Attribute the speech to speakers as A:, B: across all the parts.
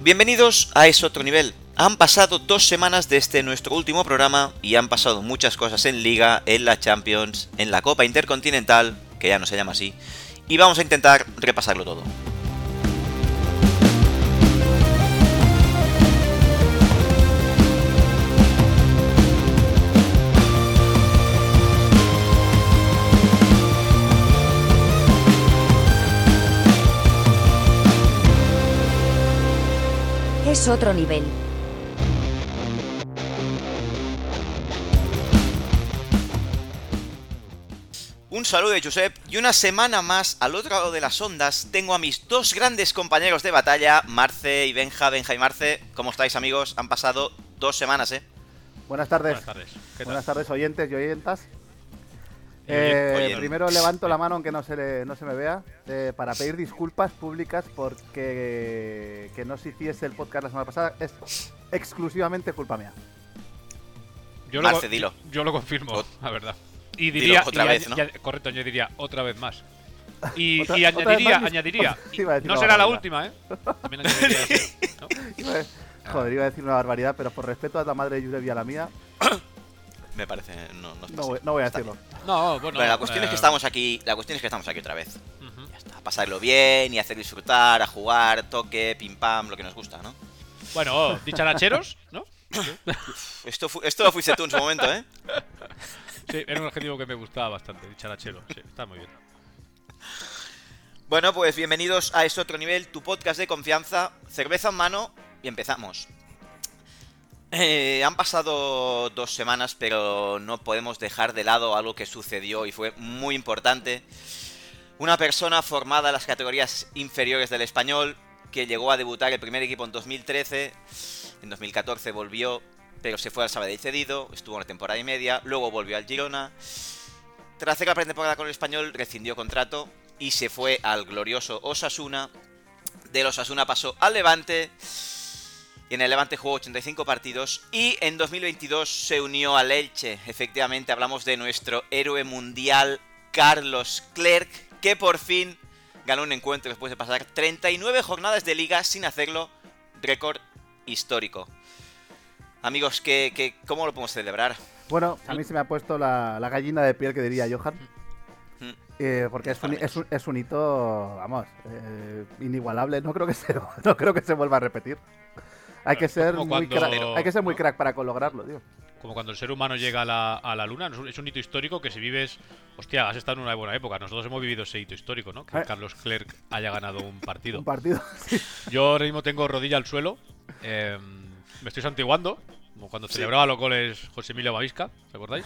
A: Bienvenidos a Es Otro Nivel. Han pasado dos semanas desde nuestro último programa y han pasado muchas cosas en Liga, en la Champions, en la Copa Intercontinental, que ya no se llama así, y vamos a intentar repasarlo todo.
B: Es otro nivel.
A: Un saludo de Josep y una semana más al otro lado de las ondas tengo a mis dos grandes compañeros de batalla, Marce y Benja, Benja y Marce. ¿Cómo estáis amigos? Han pasado dos semanas, ¿eh?
C: Buenas tardes.
D: Buenas tardes. ¿Qué tal?
C: Buenas tardes, oyentes y oyentas.
D: Y oyen-
C: Eh,
A: oyen.
C: primero levanto la mano, aunque no se, le- no se me vea, eh, para pedir disculpas públicas porque que no se hiciese el podcast la semana pasada es exclusivamente culpa mía.
D: Yo
A: Marce, dilo.
D: Yo lo confirmo,
A: Ot-
D: la verdad. Y diría.
A: otra
D: y
A: vez,
D: añ-
A: ¿no?
D: y añ- correcto, yo diría otra vez más. Y,
C: Otra-
D: y
C: otra vez
D: añadiría,
C: más,
D: añadiría.
C: sí, iba a decir
D: no
C: una
D: será la
C: barbaridad.
D: última, ¿eh? También añadiría eso, ¿no?
C: Iba a- Joder, iba a decir una barbaridad, pero por respeto a la madre de Jurep y a la mía,
A: Me parece, no, no, está
C: no
A: así.
C: voy, no voy a
A: Está
C: decirlo.
D: No, bueno.
A: Bueno, la cuestión es que
D: eh,
A: estamos aquí, la cuestión es que estamos aquí otra vez.
D: ujú.
A: Ya está, a Pues pasarlo bien y hacer disfrutar, a jugar, toque, pim pam, lo que nos gusta, ¿no?
D: Bueno, oh, dicharacheros, ¿no?
A: Uf, Esto, fu- esto lo fuiste tú en su momento, ¿eh?
D: Sí, era un adjetivo que me gustaba bastante, dicharachero. Sí, está muy bien.
A: Bueno, pues bienvenidos a Es Otro Nivel, tu podcast de confianza, cerveza en mano y empezamos. Eh, han pasado dos semanas, pero no podemos dejar de lado algo que sucedió y fue muy importante. Una persona formada en las categorías inferiores del español, que llegó a debutar el primer equipo en 2013, en 2014 volvió, pero se fue al Sabadell cedido, estuvo una temporada y media, luego volvió al Girona, tras hacer la pretemporada con el español, rescindió contrato y se fue al glorioso Osasuna. Del Osasuna pasó al Levante. Y en el Levante jugó 85 partidos. Y en 2022 se unió al Elche. Efectivamente, hablamos de nuestro héroe mundial, Carlos Clerc, que por fin ganó un encuentro después de pasar 39 jornadas de liga sin hacerlo. Récord histórico. Amigos, ¿qué, qué, cómo lo podemos celebrar?
C: Bueno, a mí se me ha puesto la, la gallina de piel que diría Johan.
A: Mm.
C: Eh, porque es un,
A: Claramente.
C: es, un, es un hito, vamos, eh, inigualable. No creo, que se, no creo que se vuelva a repetir. Hay que,
D: Es
C: ser
D: como
C: muy
D: cuando-
C: crack, hay que ser muy crack para lograrlo, tío.
D: Como cuando el ser humano llega a la, a la luna, es un- es un hito histórico que si vives. Hostia, has estado en una buena época. Nosotros hemos vivido ese hito histórico, ¿no? Que
C: Eh.
D: Carlos Clerc haya ganado un partido.
C: Un partido. sí.
D: Yo ahora mismo tengo rodilla al suelo. eh, me estoy santiguando. Como cuando celebraba los goles José Emilio Bavisca, ¿os acordáis?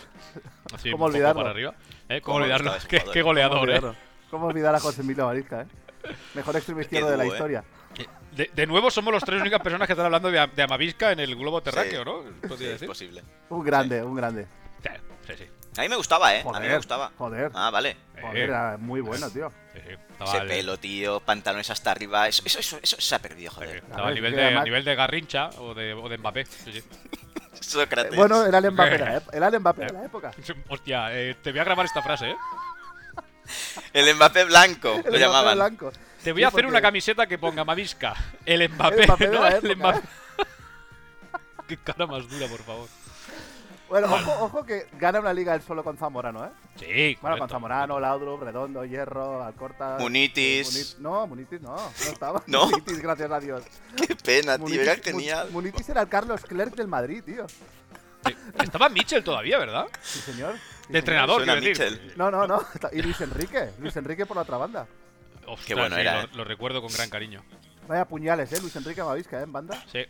D: Así
C: ¿Cómo
D: un poco
C: olvidarlo?
D: para arriba. ¿Eh? ¿Cómo,
A: ¿Cómo
D: olvidarlo?
A: gustaba ese
D: Qué,
A: jugador?
D: qué
C: ¿Cómo
D: goleador, ¿eh?
C: olvidar- ¿Cómo olvidar a José Emilio Marisca, eh? Mejor extremo izquierdo de la
A: dúo, eh.
C: historia.
D: De, de nuevo somos los tres únicas personas que están hablando de, de Amavisca en el globo terráqueo,
A: Sí. pues,
D: ¿no? Podría
A: es
D: decir.
A: posible.
C: Un grande, un grande.
D: Sí, sí, sí. Eh,
A: A mí me gustaba, ¿eh? A mí me
C: Joder,
A: gustaba.
C: joder.
A: Ah, vale.
C: Joder, era muy bueno, tío.
D: sí, sí.
A: Ese
D: Estaba, al-
A: pelo, tío, pantalones hasta arriba. Eso, eso, eso, eso se ha perdido,
D: sí,
A: joder.
D: estaba al nivel,
C: que
D: de,
C: además-
D: al nivel de Garrincha o de, o de Mbappé. Sí, sí.
A: Sócrates.
C: Eh, Bueno, era el Mbappé, de la ep- era el Mbappé de la época.
D: Hostia, eh, te voy a grabar esta frase, ¿eh?
A: el Mbappé blanco, lo
C: El Mbappé
A: llamaban.
C: blanco.
D: Te voy a
C: Sí,
D: hacer
C: porque-
D: una camiseta que ponga Mavisca, el Mbappé,
C: El Mbappé de
D: ¿no?
C: la
D: El
C: época.
D: Mbappé. Qué cara más dura, por favor.
C: Bueno, ojo, ojo que gana una liga él solo con Zamorano, ¿eh?
D: Sí,
C: Bueno, con
D: correcto.
C: Zamorano, Laudrup, Redondo, Hierro, Alcorta.
A: Munitis.
C: Muni- No, Munitis no, no estaba.
A: ¿No?
C: Munitis, gracias a Dios.
A: Qué pena, tío, era
C: Munitis,
A: genial.
C: Mun- Munitis era el Carlos Clerc del Madrid, tío.
D: Sí. Estaba Mitchell todavía, ¿verdad?
C: Sí, señor. Sí,
D: De
C: señor.
D: entrenador,
A: Suena
D: quiero decir.
A: Mitchell.
C: No, no, no. Y Luis Enrique. Luis Enrique por la otra banda.
D: Ostras,
A: Qué bueno
D: sí,
A: era,
D: lo,
A: ¿eh?
D: lo recuerdo con gran cariño.
C: Vaya puñales, ¿eh? Luis Enrique Mavisca, ¿eh? En banda.
D: Sí.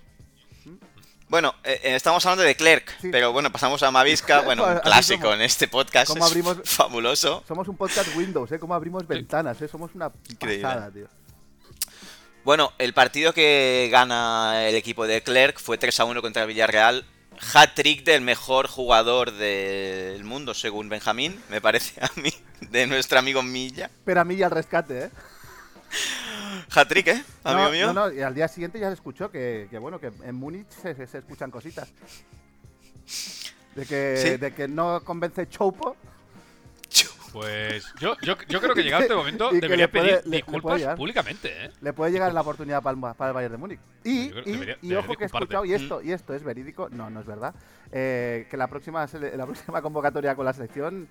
A: Bueno, eh, eh, estamos hablando de Clerc,
C: Sí.
A: pero bueno, pasamos a Mavisca. Bueno, un
C: Así
A: clásico
C: somos.
A: en este podcast.
C: ¿Cómo
A: es
C: abrimos-
A: Fabuloso.
C: Somos un podcast Windows, ¿eh? Cómo abrimos ventanas, ¿eh? Somos una
A: Increíble.
C: pasada, tío.
A: Bueno, el partido que gana el equipo de Clerc fue 3 a 1 contra el Villarreal. Hat-trick del mejor jugador del mundo, según Benjamín, me parece a mí, de nuestro amigo Milla.
C: Pero a mí ya al rescate, ¿eh?
A: Hat-trick, ¿eh? Amigo
C: no,
A: mío.
C: No, no, y al día siguiente ya se escuchó que, que bueno, que en Múnich se, se- se escuchan cositas. De que,
A: Sí.
C: de que no convence Chopo,
D: Pues yo, yo, yo creo que llegado este momento
C: Y que le
D: debería
C: puede- le- le
D: pedir
C: puede
D: disculpas
C: llegar.
D: públicamente, ¿eh?
C: Le puede llegar la oportunidad para el, Ma- para el Bayern de Múnich. Y,
D: Yo creo-
C: y-
D: debería-
C: y
D: debería
C: ojo que he
D: disculparte.
C: escuchado, y esto,
A: Mm.
C: y esto es verídico, no, no es verdad, eh, que la próxima, sele- la próxima convocatoria con la selección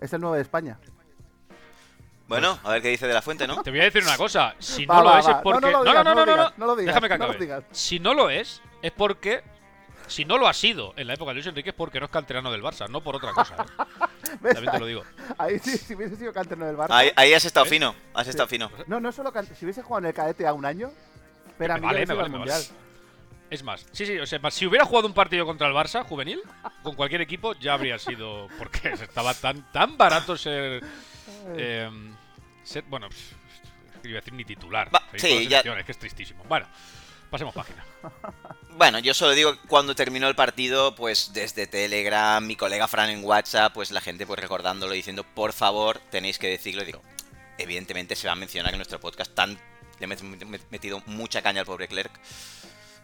C: es el 9 de España.
A: Bueno, a ver qué dice de la fuente, ¿no?
D: Te voy a decir una cosa. Si
C: Va,
D: no lo
C: va,
D: es,
C: va.
D: es porque.
C: No, no lo digas,
D: no,
C: no lo
D: no,
C: digas, no lo digas,
D: Déjame que
C: no lo
D: acabe.
C: digas.
D: Si no lo es, es porque. Si no lo ha sido en la época de Luis Enrique, es porque no es canterano del Barça, no por otra cosa. ¿eh?
C: ¿Ves?
D: También te lo digo.
C: Ahí sí, si hubiese sido canterano del Barça.
A: Ahí, ahí has estado
D: ¿Eh?
A: fino, has estado fino.
C: No, no solo can- si hubiese jugado en el cadete a un año, pero a
D: Me
C: mí
D: vale,
C: hubiese
D: me
C: ido al
D: vale, me
C: mundial.
D: vale. Es más, sí, sí, o sea, si hubiera jugado un partido contra el Barça juvenil, con cualquier equipo, ya habría sido. Porque estaba tan, tan barato ser. eh, ser bueno, pff, iba a decir ni titular.
A: Va,
D: Seguir
A: sí,
D: con
A: ya.
D: la selección, Es que es tristísimo. Bueno, pasemos página.
A: Bueno, yo solo digo que cuando terminó el partido, pues desde Telegram, mi colega Fran en WhatsApp, pues la gente pues recordándolo y diciendo, por favor, tenéis que decirlo. Y digo, evidentemente se va a mencionar en nuestro podcast, tan le hemos met- metido mucha caña al pobre Clerc,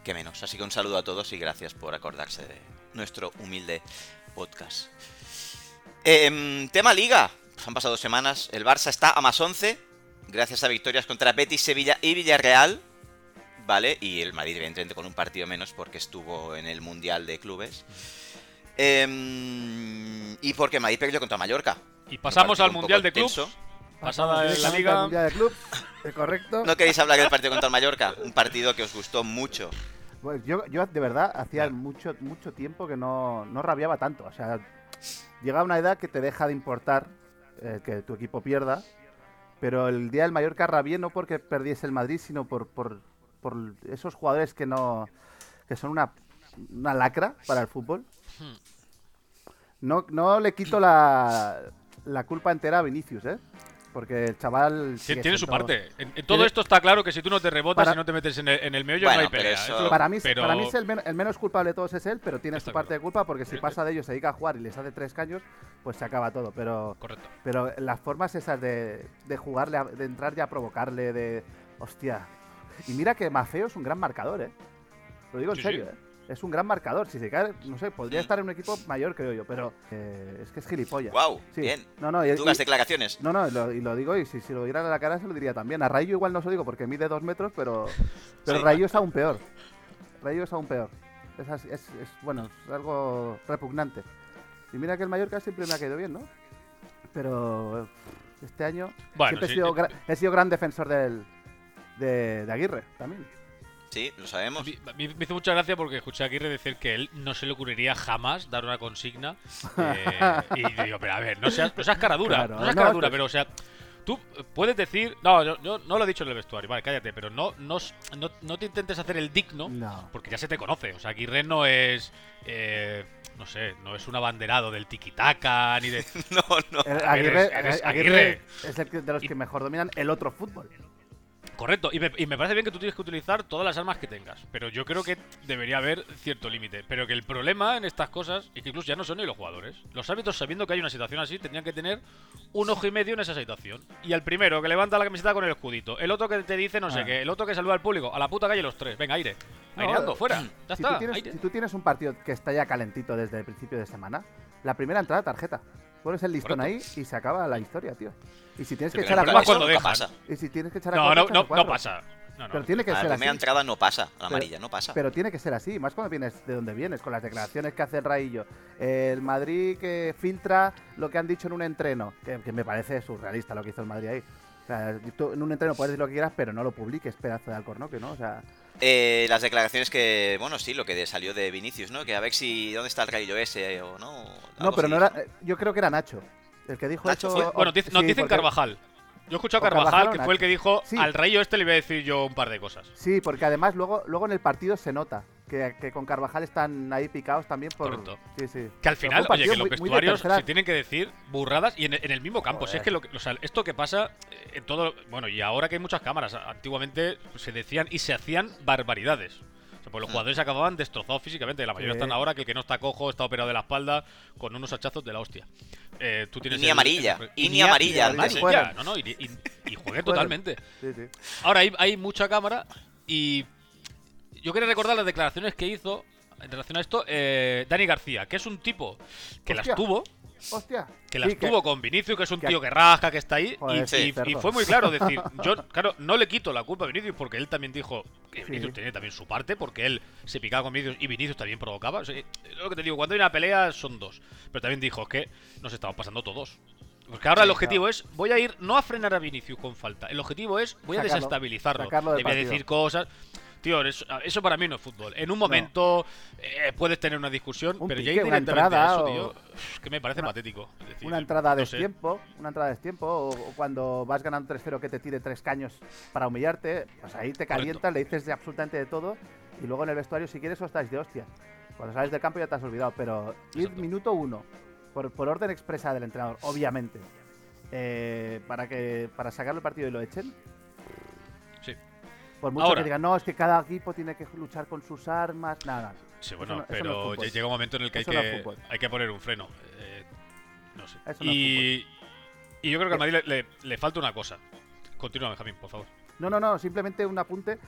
A: que menos. Así que un saludo a todos y gracias por acordarse de nuestro humilde podcast. Em, tema liga. Han pasado dos semanas. El Barça está a más 11. Gracias a victorias contra Betis, Sevilla y Villarreal. ¿Vale? Y el Madrid, evidentemente, con un partido menos porque estuvo en el Mundial de Clubes. Em, y porque Madrid perdió contra Mallorca.
D: Y pasamos
A: Un partido
D: al
A: un
D: Mundial
A: poco
D: de Clubs.
A: tenso.
D: Pasada en la
C: Directamente al
D: liga.
C: mundial de club, eh, correcto.
A: ¿No queréis hablar del partido contra el Mallorca? Un partido que os gustó mucho.
C: Pues yo, yo de verdad hacía mucho, mucho tiempo que no, no rabiaba tanto. O sea, llega una edad que te deja de importar eh, que tu equipo pierda. Pero el día del Mallorca rabié no porque perdiese el Madrid, sino por, por, por esos jugadores que no que son una, una lacra para el fútbol.
D: Hmm.
C: No, no le quito la, la culpa entera a Vinicius, ¿eh? Porque el chaval...
D: Sí,
C: sigue
D: tiene su
C: siendo-
D: parte. En, en todo esto está claro que si tú no te rebotas
C: Para-
D: y no te metes en el, en el meollo,
A: Bueno,
D: no hay
A: pero
D: pelea.
A: eso-
D: Esto lo-
C: Para mí,
D: pero-
C: para mí es el, men- el menos culpable de todos es él, pero tiene
D: Está
C: su parte
D: claro. eh
C: de culpa porque si
D: Sí,
C: pasa de ellos, se dedica a jugar y les hace tres caños, pues se acaba todo. Pero,
D: Correcto.
C: pero las formas esas de, de jugarle, a- de entrar ya a provocarle, de... Hostia. Y mira que Mafeo es un gran marcador, ¿eh? Lo digo en
D: Sí,
C: serio,
D: sí.
C: ¿eh? Es un gran marcador. Si se cae, no sé, podría estar en un equipo mayor, creo yo, pero eh, es que es gilipollas.
A: Guau,
C: Sí.
A: bien.
C: No, no, y-
A: Duras
C: y-
A: declaraciones.
C: no, no, lo- y lo digo, y si, si lo diera a la cara se lo diría también. A Rayo igual no se lo digo porque mide dos metros, pero, pero
A: Sí.
C: Rayo es aún peor. Rayo es aún peor. Es, así- es- es, bueno, es algo repugnante. Y mira que el Mallorca siempre me ha caído bien, ¿no? Pero eh, este año
D: Bueno,
C: siempre
D: sí,
C: he, sido
D: eh,
C: gra- he sido gran defensor del, de, de Aguirre también.
A: Sí, lo sabemos.
D: Me, me- me hizo mucha gracia porque escuché a Aguirre decir que él no se le ocurriría jamás dar una consigna. eh, y digo, pero a ver, no seas, no seas cara dura,
C: Claro,
D: no seas
C: no,
D: cara
C: es
D: dura,
C: que-
D: pero o sea, tú puedes decir. No, yo, yo no lo he dicho en el vestuario, vale, cállate, pero no, no, no, no te intentes hacer el digno
C: No.
D: porque ya se te conoce. O sea, Aguirre no es. eh, no sé, no es un abanderado del tiquitaca ni de.
A: No, no.
C: El-
D: A ver,
C: Aguirre,
D: eres- eres
C: Aguirre
D: Aguirre.
C: es el que- de los
D: Y-
C: que mejor dominan el otro fútbol.
D: Correcto, y me, y me parece bien que tú tienes que utilizar todas las armas que tengas, pero yo creo que debería haber cierto límite. Pero que el problema en estas cosas es que incluso ya no son ni los jugadores. Los árbitros, sabiendo que hay una situación así, tendrían que tener un ojo y medio en esa situación. Y al primero que levanta la camiseta con el escudito, el otro que te dice no sé
C: Ah.
D: qué, el otro que saluda al público, a la puta calle los tres, venga, aire,
C: No,
D: aireando,
C: eh,
D: fuera, ya
C: si,
D: está,
C: tú tienes,
D: aire.
C: si tú tienes un partido que está ya calentito desde el principio de semana, la primera entrada tarjeta. Pones el listón ahí y se acaba la historia, tío. Y si tienes que
A: Pero
C: echar a
A: el problema es que
C: cuatro,
D: cuatro-
A: eso
D: cuando
A: nunca
D: dejan.
A: pasa.
C: y si tienes que echar a
D: No,
C: cuatro,
D: no,
C: echas a
D: no, no
C: cuatro.
D: pasa. pues No, no.
C: Pero tiene que
A: A la
C: ser así.
A: primera entrada no pasa, a la
C: Pero-
A: amarilla no pasa.
C: Pero tiene que ser así, más cuando vienes de donde vienes, con las declaraciones que hace el Raillo. El Madrid que filtra lo que han dicho en un entreno, que, que me parece surrealista lo que hizo el Madrid ahí. O sea, tú en un entreno puedes decir lo que quieras, pero no lo publiques, pedazo de alcornoque, ¿no? O sea,
A: Eh, las declaraciones que, bueno, sí, lo que de- salió de Vinicius, ¿no? Que a ver si, ¿dónde está el rayo ese o no?
C: No,
A: Algo
C: pero
A: así
C: no
A: dijo,
C: era. eh, Yo creo que era Nacho. El que dijo
A: Nacho
C: eso.
A: fue.
C: o-
D: Bueno, dice- nos
C: sí,
D: dicen
C: porque-
D: Carvajal. Yo he escuchado a
C: o
D: Carvajal,
C: Carvajal o
D: que fue
C: Nacho.
D: el que dijo,
C: Sí.
D: al rayo este le voy a decir yo un par de cosas.
C: Sí, porque además luego, luego en el partido se nota que, que con Carvajal están ahí picados también por.
D: Correcto.
C: Sí, sí.
D: Que
C: Pero fue
D: al final,
C: un
D: oye,
C: partido
D: que los
C: muy- muy de
D: vestuarios
C: tercera-
D: se tienen que decir burradas y en, en el mismo campo. Si es
C: Joder.
D: que lo que- o sea, esto que pasa eh, en todo. Bueno, y ahora que hay muchas cámaras, antiguamente se decían y se hacían barbaridades. O sea, pues los jugadores acababan destrozados físicamente. La mayoría
C: Hmm. Sí.
D: están ahora que el que no está cojo está operado de la espalda con unos hachazos de la hostia. Eh, tú tienes
A: ni
D: el-
A: amarilla,
D: el-
A: y ni
D: a-
A: amarilla,
D: ni
C: antes, ¿eh?
D: amarilla, no, no, y, y- y jugué totalmente.
C: Sí, sí.
D: Ahora hay, hay mucha cámara y yo quería recordar las declaraciones que hizo en relación a esto eh, Dani García, que es un tipo que las
C: Hostia.
D: tuvo.
C: Hostia.
D: Que las
C: Sí,
D: tuvo con Vinicius, que es un
C: que-
D: tío que rasca, que está ahí.
C: Joder,
D: y,
A: sí,
D: y-
C: cerdo.
D: y fue muy claro decir, yo, claro, no le quito la culpa a Vinicius porque él también dijo que
C: Sí.
D: Vinicius tenía también su parte, porque él se picaba con Vinicius y Vinicius también provocaba. O sea, es lo que te digo, cuando hay una pelea son dos. Pero también dijo, es que nos estamos pasando todos. Porque ahora
C: Sí,
D: el objetivo es, voy a ir no a frenar a Vinicius con falta. El objetivo es, voy a
C: Sacarlo.
D: desestabilizarlo.
C: Sacarlo del
D: Le voy a
C: partido.
D: decir cosas. Tío, eso, eso para mí no es fútbol. En un momento eh, puedes tener una discusión,
C: Un
D: pero ya
C: pique,
D: ir
C: una
D: directamente
C: entrada
D: a eso,
C: o-
D: tío, es que me parece patético. Es decir,
C: Una entrada de
D: no sé.
C: tiempo, una entrada de tiempo, o, o cuando vas ganando 3-0 que te tire tres caños para humillarte, pues ahí te calientas, le dices de absolutamente de todo, y luego en el vestuario, si quieres, o estáis de hostia. Cuando sales del campo ya te has olvidado, pero ir
D: Exacto.
C: minuto uno, por, por orden expresa del entrenador, obviamente, eh, para que para sacarle el partido y lo echen.
D: Sí.
C: Por mucho
D: Ahora.
C: que digan, no, es que cada equipo tiene que luchar con sus armas, nada.
D: Sí, bueno,
C: no- eso no es
D: pero
C: fútbol.
D: ya llega un momento en el que hay
C: Eso no es
D: que,
C: fútbol.
D: hay que poner un freno. Eh, no sé.
C: Eso no es Eh,
D: y, y yo creo que al Madrid le, le- le falta una cosa. Continúa, Benjamín, por favor.
C: No, no, no, simplemente un apunte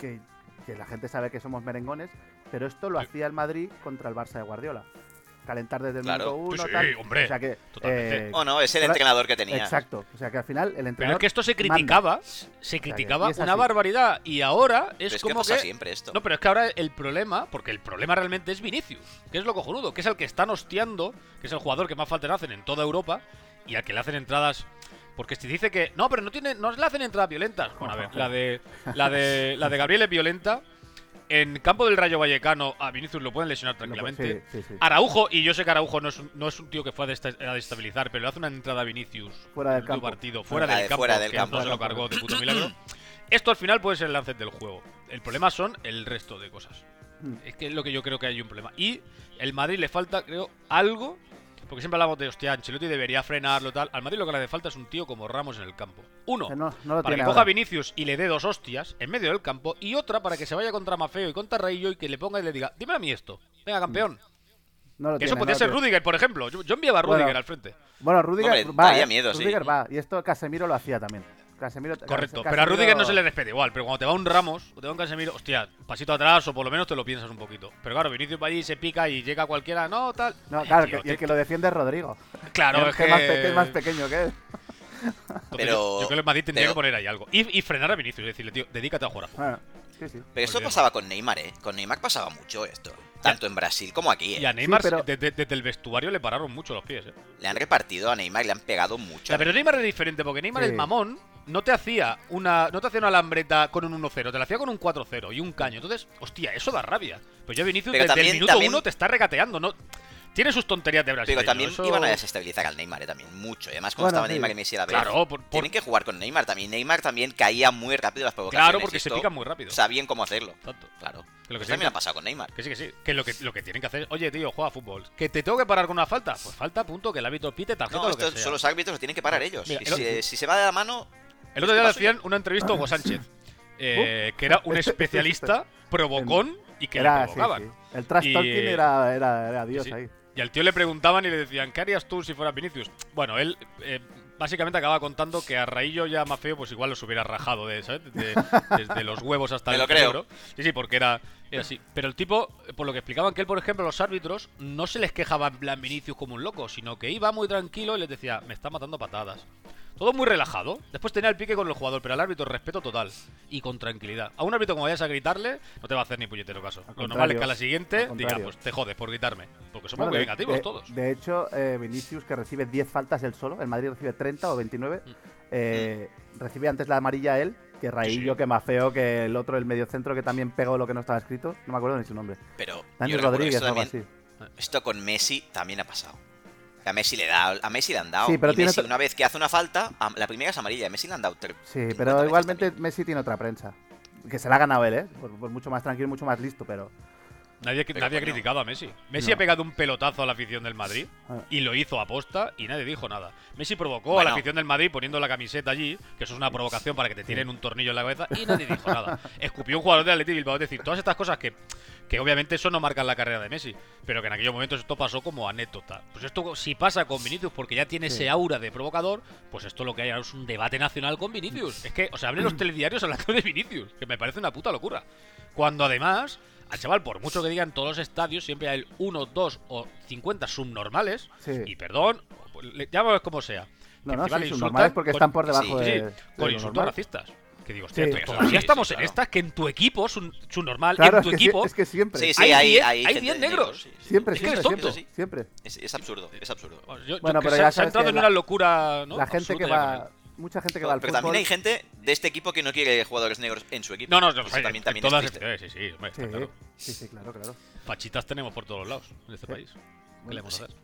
C: que, que la gente sabe que somos merengones, pero esto lo
D: Sí.
C: hacía el Madrid contra el Barça de Guardiola. Calentar desde el
A: Claro.
C: minuto uno,
D: Sí, sí,
C: tal.
D: hombre,
C: O sea que,
D: totalmente.
A: O Oh, no, es el
C: ahora-
A: entrenador que tenía.
C: Exacto. O sea que al final el
D: Pero es
C: entrenador.
D: que esto se
C: manda.
D: criticaba, se
C: que-
D: criticaba
C: y es
D: una
C: así.
D: barbaridad. Y ahora es,
A: Pero es que
D: como
A: pasa siempre esto.
D: No, pero es que ahora el problema, porque el problema realmente es Vinicius, que es lo cojonudo, que es el que están hostiando, que es el jugador que más falta le hacen en toda Europa y al que le hacen entradas. Porque si dice que. No, pero no tiene. No le hacen entradas violentas. Bueno, a ver, la de. La de. La de Gabriel es violenta. En campo del Rayo Vallecano a Vinicius lo pueden lesionar
C: no puede-
D: tranquilamente. Ah,
C: sí, sí, sí.
D: Araujo, y yo sé que Araujo no es un, no es un tío que fue a, desta- a destabilizar, pero le hace una entrada a Vinicius
C: Fuera del
D: en un
C: campo.
D: partido, fuera
A: La
D: del
A: de
D: campo,
A: fuera del
D: que
A: campo.
D: no se lo cargó de puto milagro. Esto al final puede ser el lancet del juego. El problema son el resto de cosas.
C: Mm.
D: Es que es lo que yo creo que hay un problema. Y el Madrid le falta, creo, algo. Porque siempre hablamos de, hostia, Ancelotti debería frenarlo, tal. Al Madrid lo que le hace falta es un tío como Ramos en el campo. Uno,
C: Que no, no lo
D: para que
C: tiene.
D: coja a
C: ahora.
D: Vinicius y le dé dos hostias en medio del campo y otra para que se vaya contra Mafeo y contra Raillo y que le ponga y le diga, dime a mí esto, venga campeón.
C: No lo
D: Que eso
C: tiene,
D: podría
C: no lo
D: ser
C: tiene.
D: Rudiger, por ejemplo. Yo, yo enviaba a Rudiger
C: Bueno.
D: al frente.
C: Bueno, Rudiger
A: Hombre,
C: va.
A: daría
C: ¿eh?
A: miedo, sí.
C: Rudiger va. Y esto Casemiro lo hacía también. Casemiro,
D: Correcto.
C: Cas-
D: Pero a Rudiger no se le
C: Casemiro-
D: respeta igual. Pero cuando te va un Ramos o te va un Casemiro, hostia, pasito atrás o por lo menos te lo piensas un poquito. Pero claro, Vinicius va allí, se pica y llega cualquiera, no, tal.
C: No,
D: Eh,
C: claro,
D: tío,
C: que- y el
D: te-
C: que lo defiende es Rodrigo.
D: Claro,
C: Que
D: es que.
C: más, pe- que es más pequeño que él.
D: Entonces,
A: Pero-
D: Yo creo que el Madrid tendría
A: pero-
D: que poner ahí algo. Y, y frenar a Vinicius y decirle, tío, dedícate a jugar a fútbol.
C: Bueno, sí, sí.
A: Pero esto
D: Olvídate.
A: pasaba con Neymar, ¿eh? Con Neymar pasaba mucho esto. Tanto en Brasil como aquí,
D: Y
A: ¿eh?
D: a Neymar,
C: Sí, pero-
D: desde, desde el vestuario le pararon mucho los pies, eh.
A: Le han repartido a Neymar, le han pegado mucho.
D: Ya, pero Neymar era diferente, porque Neymar
C: Sí.
D: el mamón no te hacía una no te hacía una alambreta con un 1-0, te la hacía con un 4-0 y un caño. Entonces, hostia, eso da rabia. Pues ya Vinicius
A: Pero
D: desde
A: también-
D: el minuto
A: también-
D: 1 te está regateando, no tiene sus tonterías de Brasil.
A: Pero también iban a desestabilizar al Neymar, ¿eh? También mucho. Y además, cuando
C: Bueno,
A: estaba
C: sí.
A: Neymar y Messi a la vez.
D: Claro, por- por-
A: Tienen que jugar con Neymar también. Neymar también caía muy rápido en las provocaciones.
D: Claro, porque
A: y
D: se
A: esto
D: pican muy rápido.
A: Sabían cómo hacerlo.
D: Exacto.
A: Claro.
D: Que lo que
A: Pues también
D: siempre-
A: ha pasado con Neymar.
D: Que sí, que sí. Que lo que, lo que tienen que hacer es, oye, tío, juega a fútbol. Que te tengo que parar con una falta. Pues falta, punto, que el árbitro pite, tarjeta,
A: No,
D: lo que
A: esto
D: sea.
A: son los árbitros, lo tienen que parar ellos.
D: Mira,
A: Y
D: el otro-
A: si, si se va de la mano.
D: El otro día le
A: Paso yo.
D: hacían una entrevista a Hugo Sánchez, eh, que era un
C: Este- este-
D: especialista provocón y que le
C: Era, sí,
D: provocaban.
C: sí. El trash
D: Y,
C: talking
D: eh,
C: era, era, era Dios
D: Sí, sí.
C: ahí.
D: Y al tío le preguntaban y le decían, ¿qué harías tú si fueras Vinicius? Bueno, él eh, básicamente acababa contando que a Raillo ya más feo, pues igual los hubiera rajado de, ¿sabes? Desde, desde los huevos hasta
A: Me
D: el
A: lo creo.
D: cerebro. Sí, sí, porque era, era así. Pero el tipo, por lo que explicaban que él, por ejemplo, los árbitros no se les quejaba en plan Vinicius como un loco, sino que iba muy tranquilo y les decía, me está matando a patadas. Todo muy relajado. Después tenía el pique con el jugador, pero al árbitro respeto total y con tranquilidad. A un árbitro como vayas a gritarle, no te va a hacer ni puñetero caso. Lo normal es
C: contrario,
D: que a la siguiente
C: al
D: diga,
C: contrario.
D: pues te jodes por gritarme. Porque somos
C: Bueno,
D: muy
C: de-
D: negativos
C: de-
D: todos.
C: De hecho, eh, Vinicius, que recibe 10 faltas él solo, el Madrid recibe 30 o 29, eh, recibe antes la amarilla él, que Raillo,
D: Mm. sí.
C: que Mafeo, que el otro, el mediocentro, que también pegó lo que no estaba escrito, no me acuerdo ni su nombre.
A: Pero.
C: Dani
A: yo recuerdo que
C: Rodríguez,
A: esto
C: algo
A: también-
C: así.
A: Esto con Messi también ha pasado. Que A Messi le da, a Messi le han dado.
C: Sí, pero
A: Y
C: tiene
A: Messi,
C: otra-
A: una vez que hace una falta, a- la primera es amarilla. A Messi le han dado tres.
C: Sí,
A: 50
C: pero
A: veces
C: igualmente
A: también.
C: Messi tiene otra prensa. Que se la ha ganado él, ¿eh? Por, por mucho más tranquilo, mucho más listo, pero.
D: Nadie,
A: Pero
D: nadie ha
A: coño.
D: criticado a Messi. Messi
C: No.
D: ha pegado un pelotazo a la afición del Madrid
C: Ah.
D: y lo hizo aposta y nadie dijo nada. Messi provocó a
A: Bueno.
D: la afición del Madrid poniendo la camiseta allí, que eso es una provocación para que te tiren un tornillo en la cabeza y nadie dijo nada. Escupió un jugador de Atleti Bilbao, es decir, todas estas cosas que, que obviamente eso no marcan la carrera de Messi, pero que en aquellos momentos esto pasó como anécdota. Pues esto si pasa con Vinicius porque ya tiene
C: Sí.
D: ese aura de provocador, pues esto lo que hay ahora es un debate nacional con Vinicius. Es que, o sea, hablen los telediarios hablando de Vinicius, que me parece una puta locura. Cuando además al chaval, por mucho que digan todos los estadios, siempre hay el 1, 2 o 50 subnormales.
C: Sí.
D: Y perdón, pues, le- llámalo como sea.
C: No, no,
D: Encima le
C: sí,
D: insultan
C: subnormales porque
D: con-
C: están por
A: sí,
C: debajo
D: Sí,
C: de.
D: sí,
C: de
D: con
C: lo
D: insultos
C: normal.
D: racistas. Que digo, hostia,
C: Sí,
D: todavía-
A: pues,
D: todavía
A: sí,
D: estamos
A: sí,
D: en
A: claro.
D: estas que en tu equipo, su, su normal,
C: Claro,
D: en
C: es
D: tu
C: que, sí-
D: equipo,
C: es que siempre.
A: Sí, sí,
D: Hay
A: hay,
D: diez-
A: hay
D: hay
A: gente
D: diez negros.
A: sí, sí.
C: Siempre,
D: es que
C: siempre,
D: eres
C: siempre,
D: tonto.
A: Sí,
C: siempre.
A: Es, es absurdo, es absurdo.
D: yo- yo
C: Bueno,
D: que
C: pero
D: se,
C: ya
D: se ha
C: sabes
D: entrado
C: que
D: en
C: la-
D: una locura, ¿no?
C: la gente que
D: Absurda ya
C: va.
D: con él.
C: Mucha gente que
A: Pero
C: va al fútbol.
A: también hay gente de este equipo que no quiere jugadores negros en su equipo.
D: No, no, no,
A: Eso
D: en-
A: también,
D: en
A: también
D: todas
A: es triste.
D: las- eh, sí, sí, hombre, está
C: Sí,
D: claro.
C: sí, sí, claro, claro.
D: Fachitas tenemos por todos lados en este
C: Sí.
D: país. ¿Qué le vamos a hacer?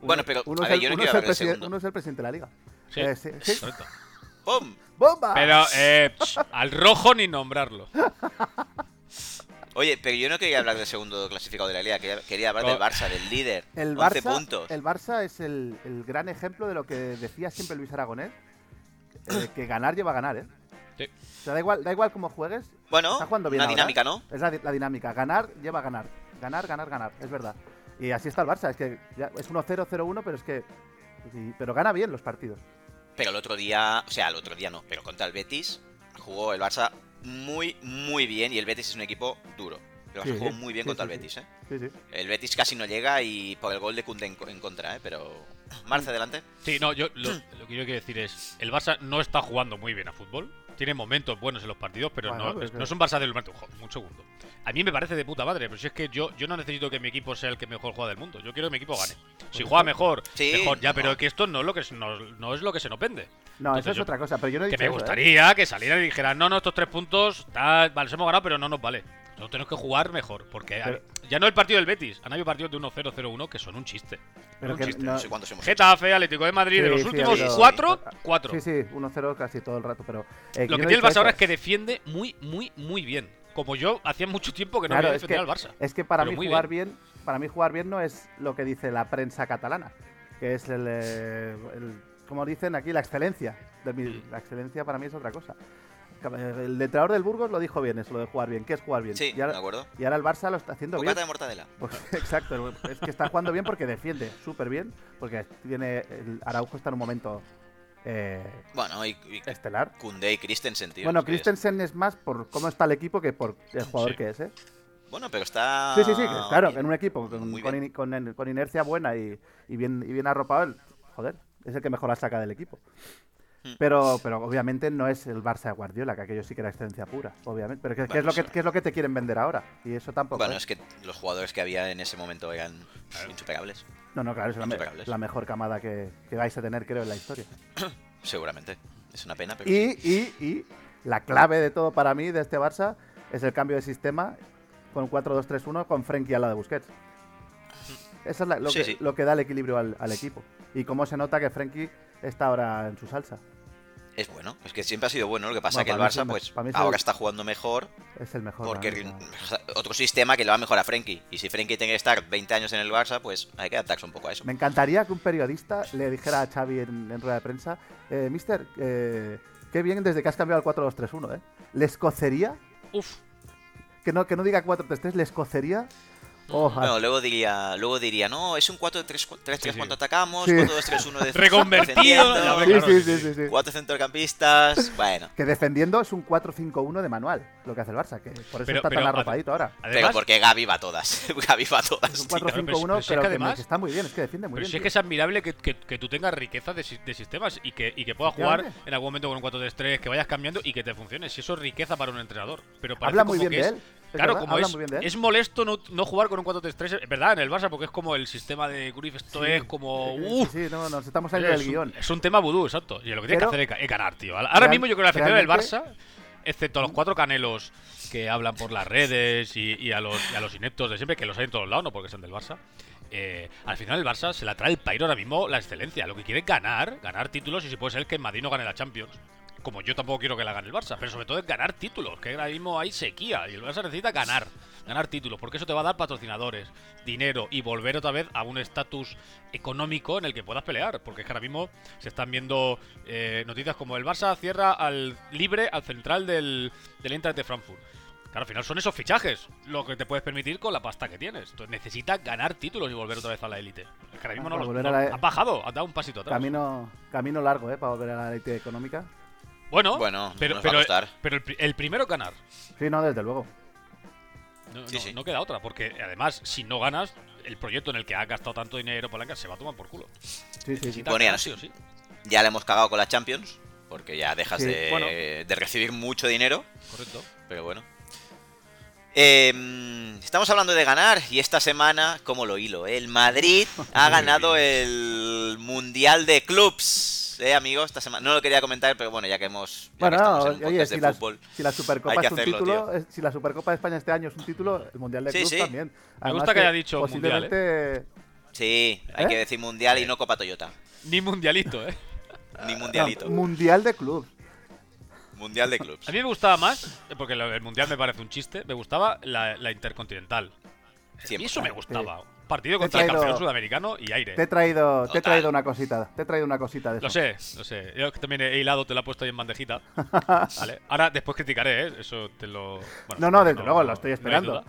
A: Bueno,
C: Uno-
A: pero,
C: Uno,
A: a
C: es
A: ver,
C: el-
A: yo no quiero
C: uno es el
A: hablar de
C: presiden-
A: segundo.
C: uno es el presidente de la liga.
D: Sí,
C: Eh, sí, sí. Ah.
D: correcto.
A: ¡Pum!
C: ¡Bomba!
D: Pero, eh, ch, al rojo ni nombrarlo.
A: Oye, pero yo no quería hablar del segundo clasificado de la liga, quería, quería hablar
D: No.
A: del Barça, del líder.
C: El
A: 11
C: Barça,
A: puntos.
C: el Barça es el, el gran ejemplo de lo que decía siempre Luis Aragonés, eh, que ganar lleva a ganar, ¿eh?
D: Sí.
C: O sea, da igual, da igual cómo juegues,
A: Bueno,
C: está jugando bien
A: una
C: ahora.
A: dinámica, ¿no?
C: es la, di- la dinámica. Ganar lleva a ganar. Ganar, ganar, ganar, es verdad. Y así está el Barça, es que ya es 1-0, 0-1, pero es que... y- pero gana bien los partidos.
A: Pero el otro día, o sea, el otro día no, pero contra el Betis jugó el Barça muy, muy bien y el Betis es un equipo duro. El Barça
C: Sí,
A: jugó muy bien
C: sí,
A: contra
C: sí,
A: el
C: sí.
A: Betis, ¿eh?
C: Sí, sí.
A: El Betis casi no llega y por el gol de Kunde en, co- en contra, ¿eh? Pero... Marce, adelante.
D: Sí, no, yo
A: Hmm.
D: lo, lo que yo quiero decir es, el Barça no está jugando muy bien a fútbol. Tiene momentos buenos en los partidos, pero
C: Bueno,
D: no,
C: pero
D: es,
C: que-
D: no es un Barça del momento. Jo, Un segundo. A mí me parece de puta madre, pero si es que yo, yo no necesito que mi equipo sea el que mejor juega del mundo. Yo quiero que mi equipo gane. Si juega mejor,
A: Sí,
D: mejor. Ya,
A: no.
D: pero es que esto no es lo que se nos, no es lo que se nos vende.
C: No,
D: Entonces
C: eso es
D: yo-
C: otra cosa, pero yo no he
D: Que
C: dicho
D: me
C: eso, ¿eh?
D: gustaría que salieran y dijeran, no, no, estos tres puntos, tal, vale, los hemos ganado, pero no nos vale. Nosotros tenemos que jugar mejor, porque
C: Pero-
D: ya no el partido del Betis, han habido partidos de 1-0, 0-1 que son un chiste.
C: Pero
D: un
C: que
D: chiste.
A: No
C: no-
A: sé cuántos hemos hecho.
D: Getafe, Atlético de Madrid, de
C: Sí,
D: los
C: sí, ha
D: últimos
A: habido-
D: cuatro, cuatro.
C: Sí, sí, 1-0 casi todo el rato, pero... eh, yo
D: Lo que
C: no he
D: tiene el
C: dicho
D: Barça
C: eso.
D: ahora es que defiende muy, muy, muy bien. Como yo, hacía mucho tiempo que no
C: Claro,
D: había
C: es
D: defendido
C: que-
D: al Barça.
C: Es que para
D: Pero
C: mí
D: muy
C: jugar bien. para mí jugar bien no es lo que dice la prensa catalana, que es el, eh, el- como dicen aquí la excelencia. De mi-
D: Mm.
C: La excelencia para mí es otra cosa. El entrenador del Burgos lo dijo bien, eso lo de jugar bien. ¿Qué es jugar bien?
A: Sí,
C: y,
A: ¿de
C: ahora,
A: acuerdo?
C: y ahora el Barça lo está haciendo bien.
A: Bocata de mortadela.
C: Pues, exacto, es que está jugando bien porque defiende súper bien, porque tiene el Araujo está en un momento eh,
A: Bueno, y, y
C: estelar.
A: Koundé y Christensen, tío.
C: Este. Bueno,
A: es que es-
C: Christensen es más por cómo está el equipo que por el jugador
D: Sí.
C: que es, ¿eh?
A: Bueno, pero está...
C: Sí, sí, sí, que- claro,
A: bien.
C: en un equipo con,
A: Ah, Muy
C: con
A: bien.
C: in- con en- con inercia buena y, y bien, y bien arropado, el- joder, es el que mejor la saca del equipo.
A: Hmm.
C: Pero, pero obviamente no es el Barça de Guardiola, que aquello sí que era excelencia pura, obviamente. Pero que, que
A: Bueno,
C: es lo que,
A: sí.
C: que es lo que te quieren vender ahora. Y eso tampoco.
A: Bueno,
C: es.
A: es que los jugadores que había en ese momento eran insuperables,
C: No, no, claro, es la, me-
A: insuperables.
C: la mejor camada que, que vais a tener, creo, en la historia.
A: seguramente. Es una pena, pero...
C: Y, y, y la clave de todo para mí de este Barça es el cambio de sistema con 4-2-3-1 con Frenkie al lado de Busquets. Eso es la- lo,
A: Sí,
C: que,
A: sí.
C: lo que da el equilibrio al, al equipo. Y cómo se nota que Frenkie está ahora en su salsa.
A: Es bueno, es que siempre ha sido bueno. Lo que pasa
C: Bueno,
A: que el
C: para mí es
A: Barça,
C: el me-
A: pues,
C: para mí es el-
A: ahora está jugando mejor
C: Es el mejor.
A: porque
C: ahora mismo.
A: o sea, otro sistema que le va mejor a Frenkie. Y si Frenkie tiene que estar 20 años en el Barça, pues hay que adaptarse un poco a eso.
C: Me encantaría que un periodista le dijera a Xavi en, en rueda de prensa, eh, Mister, eh, qué bien desde que has cambiado al 4-2-3-1, ¿eh? ¿Les cocería?
D: Uf,
C: Que no, que no diga 4-3-3, ¿les cocería? Oh, a-
A: Bueno, luego diría, luego diría, no, es un 4-3-3
D: Sí, sí.
A: cuando atacamos,
C: Sí.
A: 4-2-3-1 de
D: Reconvertido,
A: defendiendo,
D: ya ves,
C: Sí,
D: claro,
C: sí,
D: sí,
C: sí, sí,
D: sí.
C: sí.
A: 4 centrocampistas, bueno.
C: Que defendiendo es un 4-5-1 de manual, lo que hace el Barça, que por eso
D: Pero-
C: está
D: pero-
C: tan arropadito ahora.
A: Pero
D: además,
A: porque Gaby va a todas. Gaby va a
C: Es un
A: todas. tío.
D: pero- pero si
C: 4-5-1,
D: es que
C: pero que,
D: además-
C: que está muy bien, es que defiende muy
D: pero
C: bien.
D: si es
C: tío.
D: que es admirable que, que- que tú tengas riqueza de, si- de sistemas y que, y que puedas jugar
C: Efectivamente.
D: en algún momento con un 4-3-3, que vayas cambiando y que te funcione. Si eso es riqueza para un entrenador. Pero parece
C: Habla muy
D: como
C: bien
D: que
C: de
D: es-
C: él. es
D: Claro,
C: verdad,
D: como
C: habla
D: es,
C: muy bien de él.
D: es molesto no, no jugar con un 4-3-3, es verdad, en el Barça, porque es como el sistema de Cruyff, esto
C: Sí,
D: es como... uh,
C: sí,
D: ¡Uf!
C: sí, sí, no, nos estamos
D: es,
C: saliendo del
D: un-
C: guión.
D: es un tema vudú, exacto. Y lo que tienes
C: Pero-
D: que hacer es, ga- es ganarte. Ahora
C: Real-
D: mismo yo creo que la afición del
C: realmente-
D: Barça, excepto a los cuatro canelos que hablan por las redes y, y a, los, y a los ineptos de siempre, que los hay en todos lados, no porque sean del Barça, eh, al final el Barça se la trae el pairo ahora mismo la excelencia. Lo que quiere es ganar, ganar títulos y si puede ser que en Madrid no gane la Champions. Como yo tampoco quiero que la gane el Barça, pero sobre todo es ganar títulos, que ahora mismo hay sequía y el Barça necesita ganar, ganar títulos, porque eso te va a dar patrocinadores, dinero y volver otra vez a un estatus económico en el que puedas pelear, porque es que ahora mismo se están viendo eh, noticias como el Barça cierra al libre al central del, del Eintracht de Frankfurt. Claro, al final son esos fichajes lo que te puedes permitir con la pasta que tienes. Entonces necesitas ganar títulos y volver otra vez a la élite. Es que ahora mismo
C: Para
D: no, lo-
C: volver a
D: no-
C: la-
D: has bajado, has dado un pasito atrás.
C: Camino, camino largo, ¿eh? Para volver a la élite económica.
D: Bueno,
A: Bueno,
D: pero,
A: nos va a
D: pero,
A: costar.
D: pero el, pri- el primero ganar.
C: Sí, no, desde luego.
D: No,
A: Sí,
D: no-
A: sí.
D: no queda otra, porque además, si no ganas, el proyecto en el que has gastado tanto dinero, Palanca, se va a tomar por culo.
C: Sí, sí, sí.
A: Bueno, ya
D: ganar,
A: no sé.
D: sí o sí.
A: Ya le hemos cagado con la Champions, porque ya dejas
C: Sí,
A: de,
D: bueno.
A: de recibir mucho dinero,
D: Correcto.
A: pero bueno. Em, estamos hablando de ganar y esta semana, como lo hilo, el Madrid ha ganado el Mundial de Clubs. Eh, amigo, esta semana no lo quería comentar, pero bueno, ya que hemos ya que
C: Bueno,
A: estamos en un
C: oye,
A: podcast
C: si
A: de
C: la,
A: fútbol.
C: si la Supercopa
A: hay que
C: es un
A: hacerlo,
C: título,
A: tío.
C: es- si la Supercopa de España este año es un título, el Mundial de
A: Sí,
C: Clubs
A: sí.
C: también.
D: gusta que haya dicho Mundial, ¿eh?
C: posiblemente
A: Sí, hay
C: ¿Eh?
A: que decir Mundial y no Copa Toyota,
D: Ni mundialito, ¿eh?
A: ni
C: Ah, no,
A: Mundialito,
C: mundial de Clubs.
A: Mundial de Clubs.
D: A mí me gustaba más, eh, porque lo- el mundial me parece un chiste, me gustaba la, la intercontinental. Y
A: 100%.
D: eso me gustaba. Partido contra
C: Te he
D: el campeón
C: traído-
D: sudamericano y aire.
C: Te he traído, te he
A: Total.
C: traído una cosita, te he traído una cosita de eso.
D: Lo sé, lo sé. Yo que también he hilado, te lo he puesto ahí en bandejita. Vale. Ahora después criticaré, ¿eh? Eso te lo. bueno,
C: No, no, desde luego, lo
D: no
C: estoy
D: hay
C: esperando.
D: duda.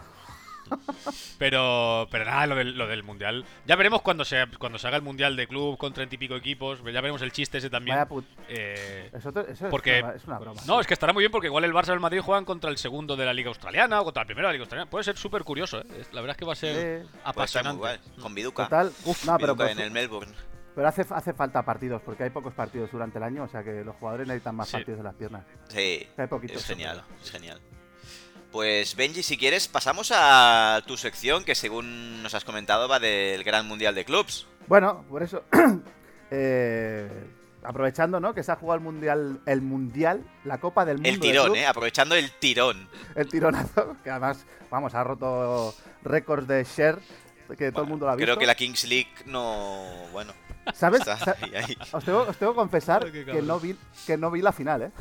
D: Pero, pero nada, lo del, lo del mundial. Ya veremos cuando se, cuando se haga el mundial de club con treinta y pico equipos. Ya veremos el chiste ese también.
C: Vaya put-
D: Eh,
C: Eso, te- eso es
D: porque.
C: una- es una broma.
D: No, es que estará muy bien porque igual el Barça y el Madrid juegan contra el segundo de la Liga Australiana o contra el primero de la Liga Australiana. Puede ser súper curioso, ¿eh? La verdad es que va a ser
C: Sí.
A: Puede estar muy
D: apasionante.
A: guay, con Viduca.
C: Eh, Total, no, pero, pues
A: Viduca
C: por
A: en
C: su-
A: el Melbourne.
C: pero hace, hace falta partidos, porque hay pocos partidos durante el año, o sea que los jugadores necesitan más
D: Sí.
C: partidos de las piernas.
A: Sí,
C: Hay poquitos.
A: es genial, es genial. Pues Benji, si quieres, pasamos a tu sección que según nos has comentado va del Gran Mundial de Clubs.
C: Bueno, por eso, eh, aprovechando ¿no? que se ha jugado el mundial, el mundial la Copa del Mundo.
A: El
C: de
A: tirón,
C: club,
A: ¿eh? Aprovechando el tirón.
C: El tironazo, que además, vamos, ha roto récords de share, que todo el mundo lo ha visto.
A: Creo que la Kings League no... Bueno,
C: ¿Sabes?
A: está
C: Sa-
A: ahí, ahí.
C: Os tengo, os tengo que confesar
D: Ay, qué
C: que no,
D: cabrón.
C: vi, que no vi la final, ¿eh?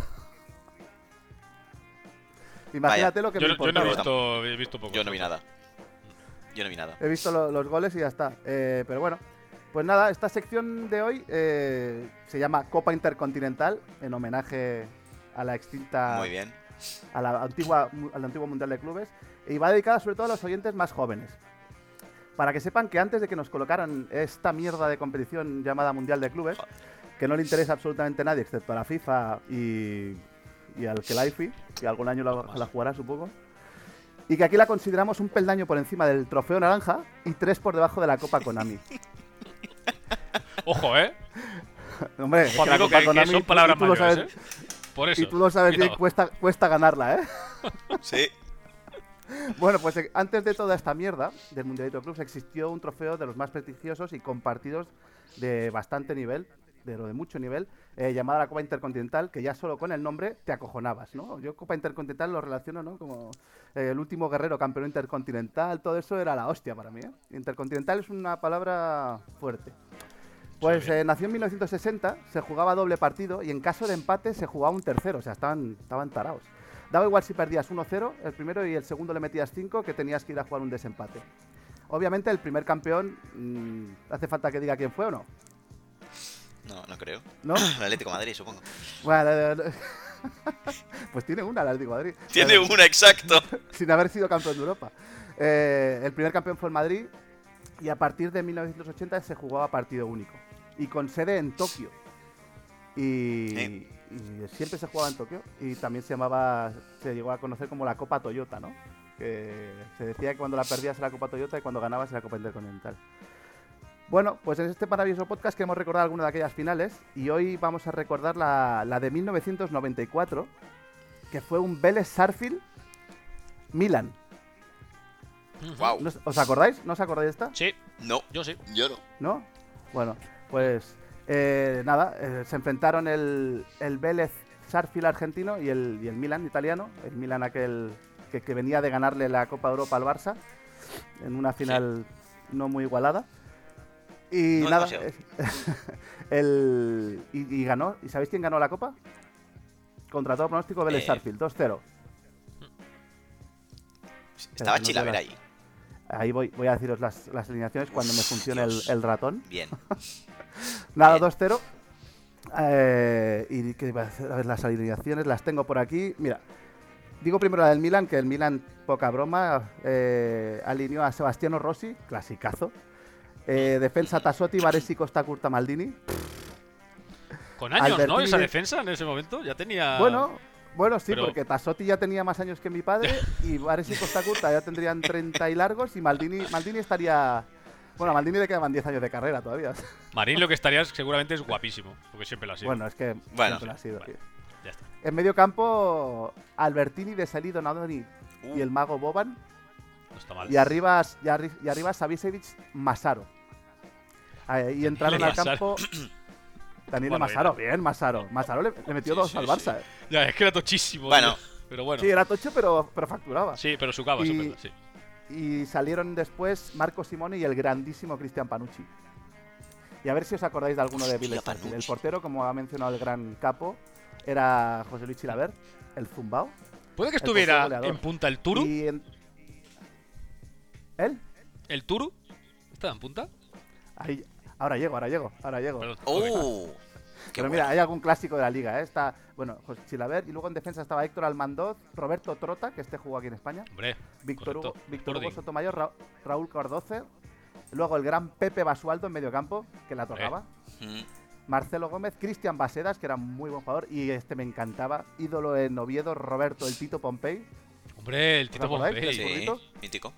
C: Imagínate lo que
D: Yo,
C: me
D: no- yo no he
C: importaba.
D: visto, he visto poco.
A: Yo no vi nada. Yo no vi nada.
C: He visto lo- los goles y ya está. Eh, pero bueno, pues nada, esta sección de hoy eh, se llama Copa Intercontinental en homenaje a la extinta,
A: Muy bien.
C: a la antigua, al antiguo Mundial de Clubes y va dedicada sobre todo a los oyentes más jóvenes. Para que sepan que antes de que nos colocaran esta mierda de competición llamada Mundial de Clubes, que no le interesa absolutamente a nadie excepto a la FIFA y, y al Kelaifi, que algún año la, la jugará, supongo. Y que aquí la consideramos un peldaño por encima del trofeo naranja y tres por debajo de la Copa Konami.
D: Ojo, ¿eh?
C: Hombre, es
D: Ojo,
C: que la
D: amigo,
C: Copa
D: que, que
C: Konami,
D: son
C: tú-
D: palabras
C: y tú lo
D: mayores,
C: sabes-
D: ¿eh? Por eso.
C: Y tú lo sabes bien,
D: Cuidado.
C: cuesta, cuesta ganarla, ¿eh?
A: Sí.
C: Bueno, pues eh, antes de toda esta mierda del Mundialito de Clubs existió un trofeo de los más prestigiosos y compartidos de bastante nivel, de lo de mucho nivel, eh, llamada la Copa Intercontinental, que ya solo con el nombre te acojonabas, ¿no? Yo Copa Intercontinental lo relaciono, ¿no? Como eh, el último guerrero campeón intercontinental, todo eso era la hostia para mí, ¿eh? Intercontinental es una palabra fuerte. Pues eh, nació en 1960, se jugaba doble partido y en caso de empate se jugaba un tercero, o sea, estaban, estaban tarados. Daba igual si perdías 1-0, el primero y el segundo le metías 5, que tenías que ir a jugar un desempate. Obviamente el primer campeón, mm, hace falta que diga quién fue o no,
A: No, no creo.
C: ¿no?
A: El Atlético de Madrid, supongo.
C: Bueno, eh, pues tiene una, el Atlético de Madrid.
A: Tiene
C: Eh,
A: una, exacto.
C: sin haber sido campeón de Europa. Eh, el primer campeón fue el Madrid y a partir de 1980 se jugaba partido único y con sede en Tokio. Y,
A: Sí.
C: y siempre se jugaba en Tokio y también se llamaba, se llegó a conocer como la Copa Toyota, ¿no? Que se decía que cuando la perdías era la Copa Toyota y cuando ganabas era la Copa Intercontinental. Bueno, pues en este maravilloso podcast queremos recordar alguna de aquellas finales y hoy vamos a recordar la, la de 1994, que fue un Vélez Sarfield Milan.
A: Wow.
C: ¿No os- ¿Os acordáis? ¿No os acordáis de esta?
D: Mm, Sí,
A: No,
D: yo sí.
A: yo no.
C: ¿No? Bueno, pues eh, nada, eh, se enfrentaron el, el Vélez Sarfield argentino y el, y el Milan italiano. El Milan aquel que, que venía de ganarle la Copa Europa al Barça en una final no muy igualada. Y
A: No
C: nada,
A: demasiado.
C: es- el, y, y ganó. ¿Y sabéis quién ganó la Copa? Contra todo pronóstico, Vélez
A: Eh.
C: Sarfield, 2-0.
A: Estaba
C: no
A: Chilavera
C: llegas.
A: ahí.
C: Ahí voy, voy a deciros las, las alineaciones cuando me funcione el-
A: Dios.
C: el ratón.
A: Bien.
C: Nada,
A: Bien.
C: 2-0. Eh, y que iba a hacer- a ver, las alineaciones las tengo por aquí. Mira, digo primero la del Milan, que el Milan, poca broma, eh, alineó a Sebastiano Rossi, clasicazo. Eh, defensa Tassotti, Baresi, Costa Curta, Maldini.
D: Con años, ¿no?
C: Albertini
D: Esa
C: de-
D: defensa en ese momento ya tenía.
C: Bueno, Bueno, sí,
D: Ah. Pero-
C: porque Tasotti ya tenía más años que mi padre y Vares y Costa Curta ya tendrían 30 y largos y Maldini, Maldini estaría... Bueno, a Maldini le quedaban 10 años de carrera todavía.
D: Marín lo que estarías seguramente es guapísimo, porque siempre lo ha sido.
C: Bueno, es que
A: Bueno,
C: siempre lo ha sido,
D: vale.
C: tío.
D: Ya está.
C: En medio campo, Albertini de salido, Nadoni
D: Uh.
A: Uh.
C: y el mago Boban.
D: No está mal.
C: Y arriba, y arri- y arriba Savicevic, Masaro. Ah, Y entraron al
D: Masaro.
C: campo... Daniel
D: Bueno,
C: Masaro, bien, Masaro. Masaro le, le metió
D: Sí,
C: dos
D: sí,
C: al
D: sí.
C: Barça. eh.
D: Ya, es que era tochísimo.
A: Bueno.
D: tío. Pero bueno.
C: Sí, era tocho, pero, pero facturaba.
D: Sí, pero su cava,
C: Y-
D: eso es verdad, sí.
C: Y salieron después Marco Simone y el grandísimo Cristian Panucci. Y a ver si os acordáis de alguno de
A: Hostia,
C: Bill Starfield. El
A: Panucci.
C: portero, como ha mencionado el gran capo, era José Luis Chilaver, el zumbao.
D: Puede que
C: el
D: estuviera
C: posible goleador.
D: en punta el Turu.
C: Y en- ¿Él?
D: ¿El Turu? ¿Estaba en punta?
C: Ahí- Ahora llego, ahora llego, ahora llego.
D: Perdón. ok.
A: ¡Oh! Qué
C: Pero
A: bueno.
C: mira, hay algún clásico de la liga, ¿eh? Está, bueno, José Chilaver, y luego en defensa estaba Héctor Almandoz, Roberto Trota, que este jugó aquí en España,
D: Hombre,
C: Víctor Hugo,
D: correcto.
C: Víctor Hugo
D: Sporting.
C: Sotomayor, Ra- Raúl Cardoce, luego el gran Pepe Basualdo en mediocampo, que la tocaba,
A: Mm.
C: Marcelo Gómez, Cristian Basedas, que era muy buen jugador, y este me encantaba, ídolo en Oviedo, Roberto, el Tito Pompey,
D: Hombre, el Tito
C: ¿Os acordáis?
D: Pompey.
C: ¿El
A: Sí,
C: zurdito?
A: mítico.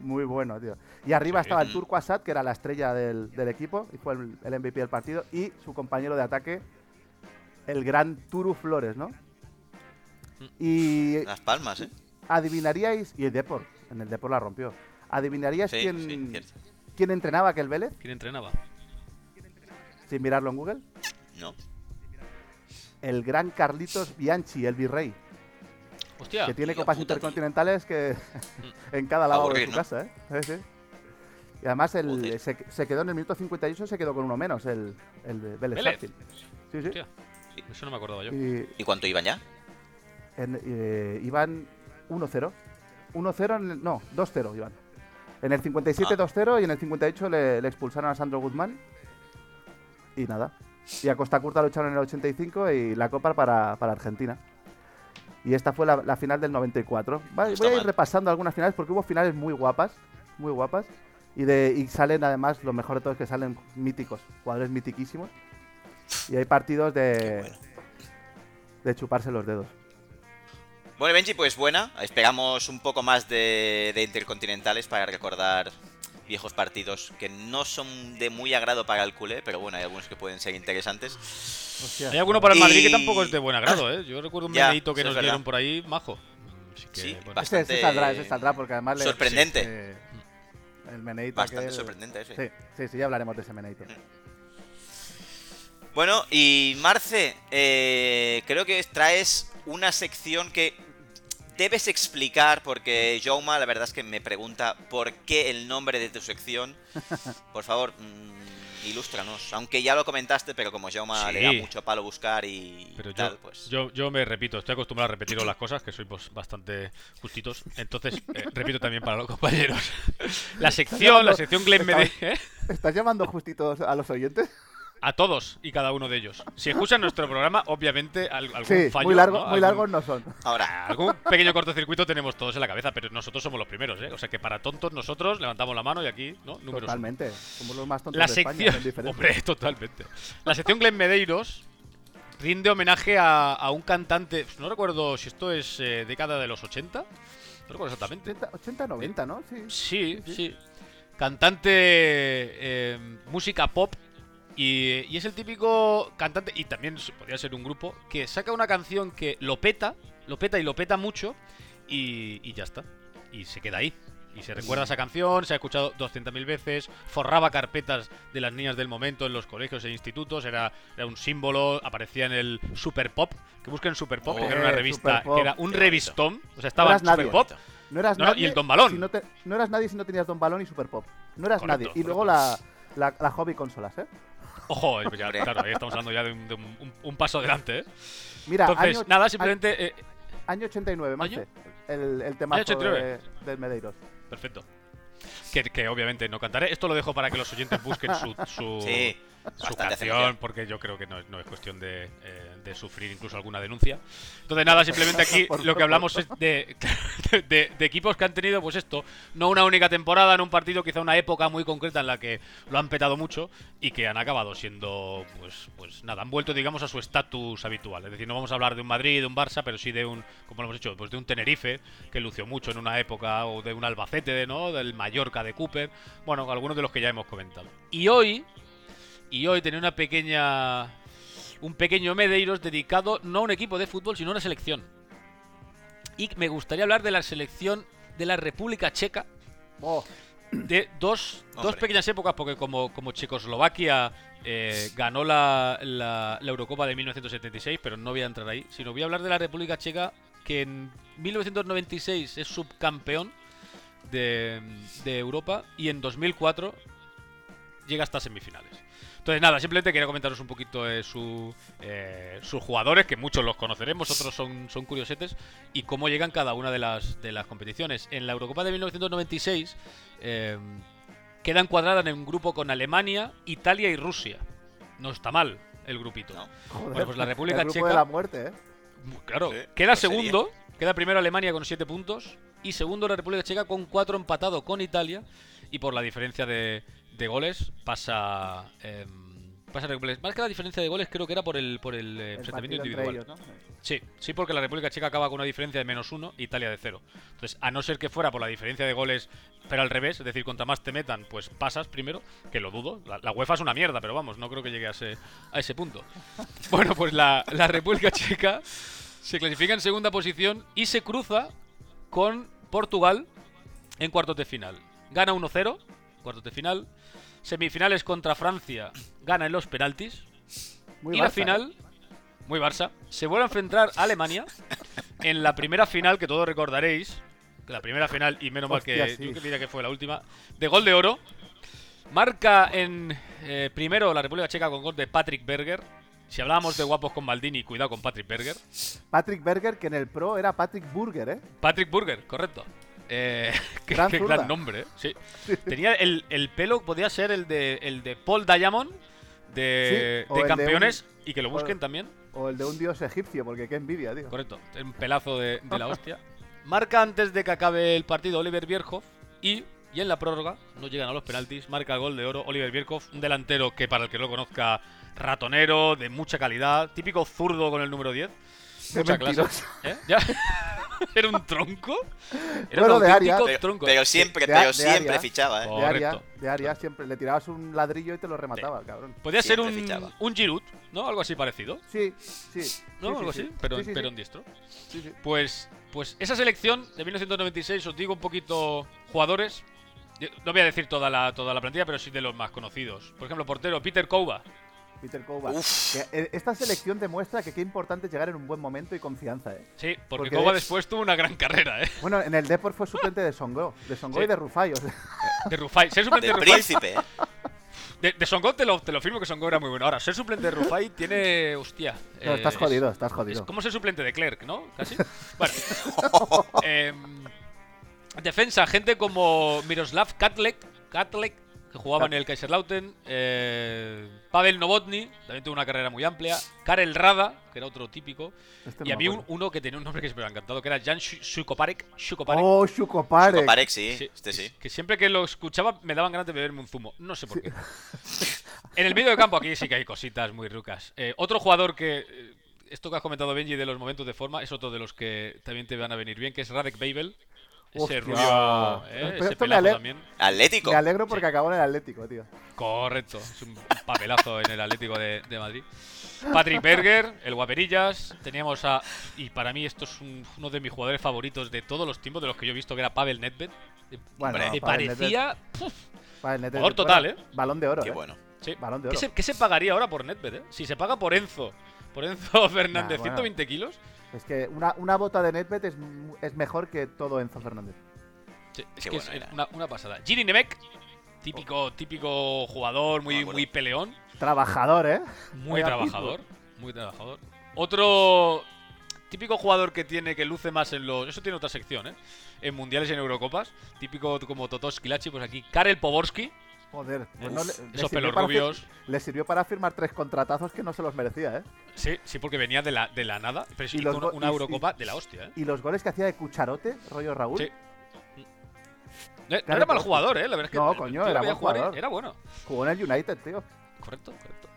C: muy bueno, tío. Y arriba
D: Sí.
C: estaba
A: Mm.
C: el Turco Asad, que era la estrella del, del equipo, y fue el, el MVP del partido, y su compañero de ataque, el gran Turu Flores, ¿no?
A: Mm.
C: Y
A: Las palmas, ¿eh?
C: adivinaríais, y el Depor, en el Depor la rompió, adivinaríais
A: Sí,
C: quién,
A: sí, cierto.
C: quién entrenaba aquel Vélez,
D: ¿Quién entrenaba?
C: sin mirarlo en Google,
A: No.
C: el gran Carlitos Bianchi, el virrey.
D: Hostia.
C: que tiene
A: Hostia
C: copas
A: puta, tío.
C: intercontinentales que en cada lado de
A: Aburrir,
C: su
A: ¿no?
C: casa, ¿eh? Sí, sí. Y además el,
A: Joder.
C: se, se quedó en el minuto 58, se quedó con uno menos, el, el Vélez
D: Vélez.
C: Sarsfield. Sí, sí.
D: Hostia. Eso no me acordaba yo.
C: Y
A: ¿Y cuánto iban ya?
C: en- eh, iban 1-0. 1-0, en el- no, 2-0 iban. En el 57
A: Ah.
C: 2-0 y en el 58 le, le expulsaron a Sandro Guzmán. Y nada. Y a Costa Curta lo echaron en el 85 y la Copa para, para Argentina. Y esta fue la, la final del 94. Va-
A: Está
C: voy a ir
A: mal.
C: repasando algunas finales porque hubo finales muy guapas. Muy guapas. Y, de, y salen además, lo mejor de todo es que salen míticos, jugadores mitiquísimos. Y hay partidos de,
A: bueno.
C: de chuparse los dedos.
A: Bueno, Benji, pues buena. Esperamos un poco más de, de intercontinentales para recordar viejos partidos que no son de muy agrado para el culé, pero bueno, hay algunos que pueden ser interesantes.
C: Hostia.
D: Hay alguno para el Madrid
A: Y-
D: que tampoco es de buen agrado, ¿eh? Yo recuerdo un
A: Ya,
D: meneito que
A: eso
D: nos
A: es verdad.
D: dieron por ahí, majo. Así que,
A: Sí,
D: bueno.
A: bastante-
C: Ese, ese Este, saldrá, ese saldrá, porque además le-
A: sorprendente.
C: eh, el meneito.
A: Bastante
C: aquel-
A: sorprendente Mm. ese.
C: Sí, sí, sí, ya hablaremos de ese meneito.
A: Bueno, y Marce, eh, creo que traes una sección que debes explicar porque Jouma, la verdad es que me pregunta por qué el nombre de tu sección. Por favor, mm, ilústranos. Aunque ya lo comentaste, pero como Jouma
D: Sí.
A: le da mucho palo buscar y
D: Pero yo,
A: tal, pues.
D: yo, yo me repito, estoy acostumbrado a repetiros las cosas, que sois pues, bastante justitos. Entonces, eh, repito también para los compañeros. La sección, la sección Glenn Medeiros, ¿eh?
C: ¿Estás llamando justitos a los oyentes?
D: A todos y cada uno de ellos. Si escuchan nuestro programa, obviamente al- algún
C: Sí,
D: fallo.
C: muy, largo,
D: ¿no?
C: muy
D: Algún-
C: largos no son.
A: Ahora,
D: Algún pequeño cortocircuito tenemos todos en la cabeza, pero nosotros somos los primeros, ¿eh? O sea que para tontos nosotros levantamos la mano y aquí, ¿no? Números uno.
C: Totalmente. Somos los más tontos
D: La
C: de
D: sección.
C: España. con diferencia.
D: Hombre, totalmente. La sección Glenn Medeiros rinde homenaje a, a un cantante. No recuerdo si esto es eh, década de los 80. No recuerdo exactamente.
C: 80, 80, 90, ¿no? Sí.
D: Sí, sí. Cantante. eh, música pop. Y, y es el típico cantante. Y también se- podría ser un grupo. Que saca una canción que lo peta. Lo peta y lo peta mucho. Y, y ya está. Y se queda ahí. Y se recuerda esa canción, se ha escuchado 200.000 veces, forraba carpetas de las niñas del momento en los colegios e institutos, era, era un símbolo, aparecía en el Super Pop, que busquen Super Pop,
A: Oh,
D: que era una
C: eh,
D: revista,
C: Super Pop,
D: que era un
A: qué bonito.
D: revistón, o sea, estaba en
C: eras nadie.
D: Super Pop,
C: No eras
D: No, no,
C: nadie.
D: y el Don Balón.
C: si no, te- no eras nadie si no tenías Don Balón y Super Pop. No eras
D: Correcto,
C: nadie. Y luego la,
D: correcto.
C: la, la hobby consolas, ¿eh?
D: Ojo, eh, pues ya,
A: Hombre.
D: claro, ahí estamos hablando ya de un, de un- un- un paso adelante. ¿eh?
C: Mira,
D: Entonces,
C: año,
D: nada, simplemente. eh,
C: a- año 89, Marce.
D: ¿Año?
C: El, el temazo
D: 89.
C: de, del Medeiros.
D: perfecto. Que, que obviamente no cantaré. Esto lo dejo para que los oyentes busquen su, su,
A: sí.
D: su
A: Bastante
D: canción,
A: cenicienta.
D: porque yo creo que no es, no es cuestión de, eh, de sufrir incluso alguna denuncia. Entonces, nada, simplemente aquí
C: Por
D: lo que
C: favor.
D: hablamos es de, de- de equipos que han tenido, pues esto, no una única temporada en un partido, quizá una época muy concreta en la que lo han petado mucho y que han acabado siendo, pues, pues nada, han vuelto, digamos, a su estatus habitual. Es decir, no vamos a hablar de un Madrid, de un Barça, pero sí de un, como lo hemos hecho, pues de un Tenerife, que lució mucho en una época, o de un Albacete, ¿no? Del Mallorca de Cooper. Bueno, algunos de los que ya hemos comentado. Y hoy, y hoy tenía una pequeña. Un pequeño Medeiros dedicado no a un equipo de fútbol, sino a una selección. Y me gustaría hablar de la selección de la República Checa,
C: Oh,
D: de dos, dos
A: Hombre.
D: pequeñas épocas, porque como, como Checoslovaquia eh, ganó la, la- la Eurocopa de 1976, pero no voy a entrar ahí, sino voy a hablar de la República Checa, que en 1996 es subcampeón de, de Europa y en 2004 llega hasta semifinales. Entonces nada, simplemente quería comentaros un poquito eh, su, eh, sus jugadores, que muchos los conoceremos, otros son, son curiosetes, y cómo llegan cada una de las, de las competiciones. En la Eurocopa de 1996 eh, queda encuadrada en un grupo con Alemania, Italia y Rusia. No está mal el grupito.
A: No.
C: joder.
D: Bueno, pues la República
C: el grupo
D: Checa-
C: de la muerte, ¿eh?
D: Claro,
A: Sí,
D: queda
A: pues sería.
D: segundo, queda primero Alemania con 7 puntos y segundo la República Checa con 4 empatado con Italia y por la diferencia de, de goles pasa... em, pasa República- Más que la diferencia de goles creo que era por el, por el eh,
C: El
D: enfrentamiento
C: partido entre
D: individual.
C: ellos, ¿no?
D: Sí, sí, porque la República Checa acaba con una diferencia de menos uno, Italia de cero. Entonces, a no ser que fuera por la diferencia de goles, pero al revés, es decir, contra más te metan, pues pasas primero, que lo dudo. La, la UEFA es una mierda, pero vamos, no creo que llegue a ese, a ese punto. Bueno, pues la, la República Checa se clasifica en segunda posición y se cruza con Portugal en cuartos de final. Gana 1-0, cuartos de final. Semifinales contra Francia, gana en los penaltis
C: Muy
D: y la
C: Barça, ¿eh?
D: final, muy Barça, se vuelve a enfrentar a Alemania en la primera final que todos recordaréis. La primera final, y menos mal que
C: Hostia, sí.
D: yo diría que fue la última, de gol de oro. Marca en eh, primero la República Checa con gol de Patrick Berger. Si hablábamos de guapos con Maldini, cuidado con Patrick Berger.
C: Patrick Berger, que en el pro era Patrick Burger, ¿eh?
D: Patrick Burger, correcto. Eh, qué,
C: Gran
D: qué
C: zurda.
D: gran nombre, ¿eh? sí. Tenía el, el pelo, podía ser el de, el de Paul Diamond, de,
C: Sí, o el
D: de
C: de un-
D: campeones, y que lo
C: o-
D: busquen también.
C: O el de un dios egipcio, porque qué envidia, tío.
D: Correcto, un pelazo de, de la hostia. Marca antes de que acabe el partido Oliver Bierhoff y, y en la prórroga, no llegan a los penaltis, marca el gol de oro Oliver Bierhoff, un delantero que para el que no lo conozca, ratonero, de mucha calidad, típico zurdo con el número 10.
C: Qué
D: mucha clase.
C: mentiroso.
D: ¿Eh? ¿Ya? ¿Era un tronco? Era
C: Bueno,
D: un
C: de área.
D: auténtico
A: Pero,
D: oh, tronco. eh.
A: pero siempre,
C: De a-
A: pero
C: de
A: siempre
C: área.
A: fichaba, ¿eh?
D: Oh.
C: De área,
D: Correcto.
C: de área siempre. Le tirabas un ladrillo y te lo remataba, el cabrón.
D: Podía ser
A: siempre
D: un,
A: fichaba.
D: un Giroud, ¿no? Algo así parecido.
C: Sí, sí. sí,
D: ¿No?
C: sí,
D: Algo
C: sí.
D: así, pero,
C: Sí, sí,
D: pero
C: sí,
D: en diestro.
C: sí, sí.
D: Pues, pues esa selección de 1996, os digo un poquito jugadores. Yo No voy a decir toda la, toda la plantilla, pero sí de los más conocidos. Por ejemplo, portero Peter Kouba.
C: Peter Kovac.
A: Uf.
C: Que, eh, Esta selección demuestra que qué importante es llegar en un buen momento y confianza, ¿eh?
D: Sí, porque
C: Porque
D: Kouba
C: es-
D: después tuvo una gran carrera, ¿eh?
C: Bueno, en el Depor fue suplente de Songo. De Songo
D: Sí.
C: y de Rufai. o sea,
D: De Rufai. Ser suplente
A: De
D: de Rufai.
A: príncipe, ¿eh?
D: De, de Songo te lo, te lo firmo que Songo era muy bueno. Ahora, ser suplente de Rufai tiene. Hostia.
C: no,
D: eh,
C: estás
D: es-
C: jodido, estás
D: Es
C: jodido.
D: como ser suplente de Clerk, ¿no? Casi. Bueno. Em, defensa, gente como Miroslav Katlek, Katlek que jugaba en el Kaiserlauten, eh, Pavel Novotny, también tuvo una carrera muy amplia, Karel Rada, que era otro típico,
C: Este no
D: y
C: me
D: había un-
C: acuerdo.
D: uno que tenía un nombre que siempre me ha encantado, que era Jan Shu- Shukoparek. Shukoparek.
C: Oh, Shukopare.
A: Parek, sí,
D: Sí,
A: este sí.
D: que- Que siempre que lo escuchaba me daban ganas de beberme un zumo. No sé por qué. en el medio de campo aquí sí que hay cositas muy rucas. Eh, otro jugador que. eh, Esto que has comentado, Benji, de los momentos de forma, es otro de los que también te van a venir bien, que es Radek Babel. Ese
C: Hostia.
D: rubio. eh,
C: Pero
D: ese
C: esto me
D: pelazo
C: ale-
D: también.
A: Atlético.
C: Me alegro porque acabó en el Atlético, tío.
D: Correcto. Es un papelazo en el Atlético de, de Madrid. Patrick Berger, el Guaperillas. Teníamos a. Y para mí, esto es un- uno de mis jugadores favoritos de todos los tiempos, de los que yo he visto, que era Pavel Nedved.
C: Bueno,
A: Hombre,
D: Me
C: para el
D: parecía. puf,
C: Nedved- para el Nedved-
D: Jugador total,
C: bueno,
D: ¿eh?
C: Balón de oro.
A: Qué
C: ¿eh?
A: bueno.
D: Sí.
C: Balón de
D: ¿Qué
C: oro.
D: se, qué se pagaría ahora por Nedved, eh? Si se paga por Enzo, por Enzo Fernández,
C: Nah, bueno.
D: 120 kilos.
C: Es que una, una bota de Nedved es, mu- es mejor que todo Enzo Fernández.
D: Sí, es
A: Qué
D: que
A: bueno
D: es
A: era. Oh.
D: una, una pasada. Giri Nemek, típico, típico jugador,
A: No me
D: muy,
A: acuerdo.
D: muy peleón,
C: Trabajador, ¿eh?
D: muy
C: Vaya
D: trabajador. Muy trabajador. Otro típico jugador que tiene, que luce más en los. Eso tiene otra sección, ¿eh? En mundiales y en Eurocopas. Típico como Totoski Lachi, pues aquí Karel Poborski.
C: Joder, pues
D: Uf,
C: no le- le
D: esos
C: sirvió
D: pelos
C: para fir-
D: rubios.
C: Le sirvió para firmar tres contratazos que no se los merecía, ¿eh?
D: Sí, sí, porque venía de la, de la nada. Pero sí,
C: Y
D: hizo
C: los
D: una,
C: go-
D: una
C: y-
D: Eurocopa
C: y-
D: de la hostia, ¿eh?
C: Y los goles que hacía de cucharote, rollo Raúl.
D: Sí. No, no
C: Claro,
D: era mal
C: pero-
D: jugador, ¿eh? La verdad es que.
C: No,
D: el- el
C: coño,
D: tío lo
C: era
D: veía
C: buen
D: jugar y
C: jugador.
D: Era bueno.
C: Jugó en el United, tío.
D: Correcto, correcto.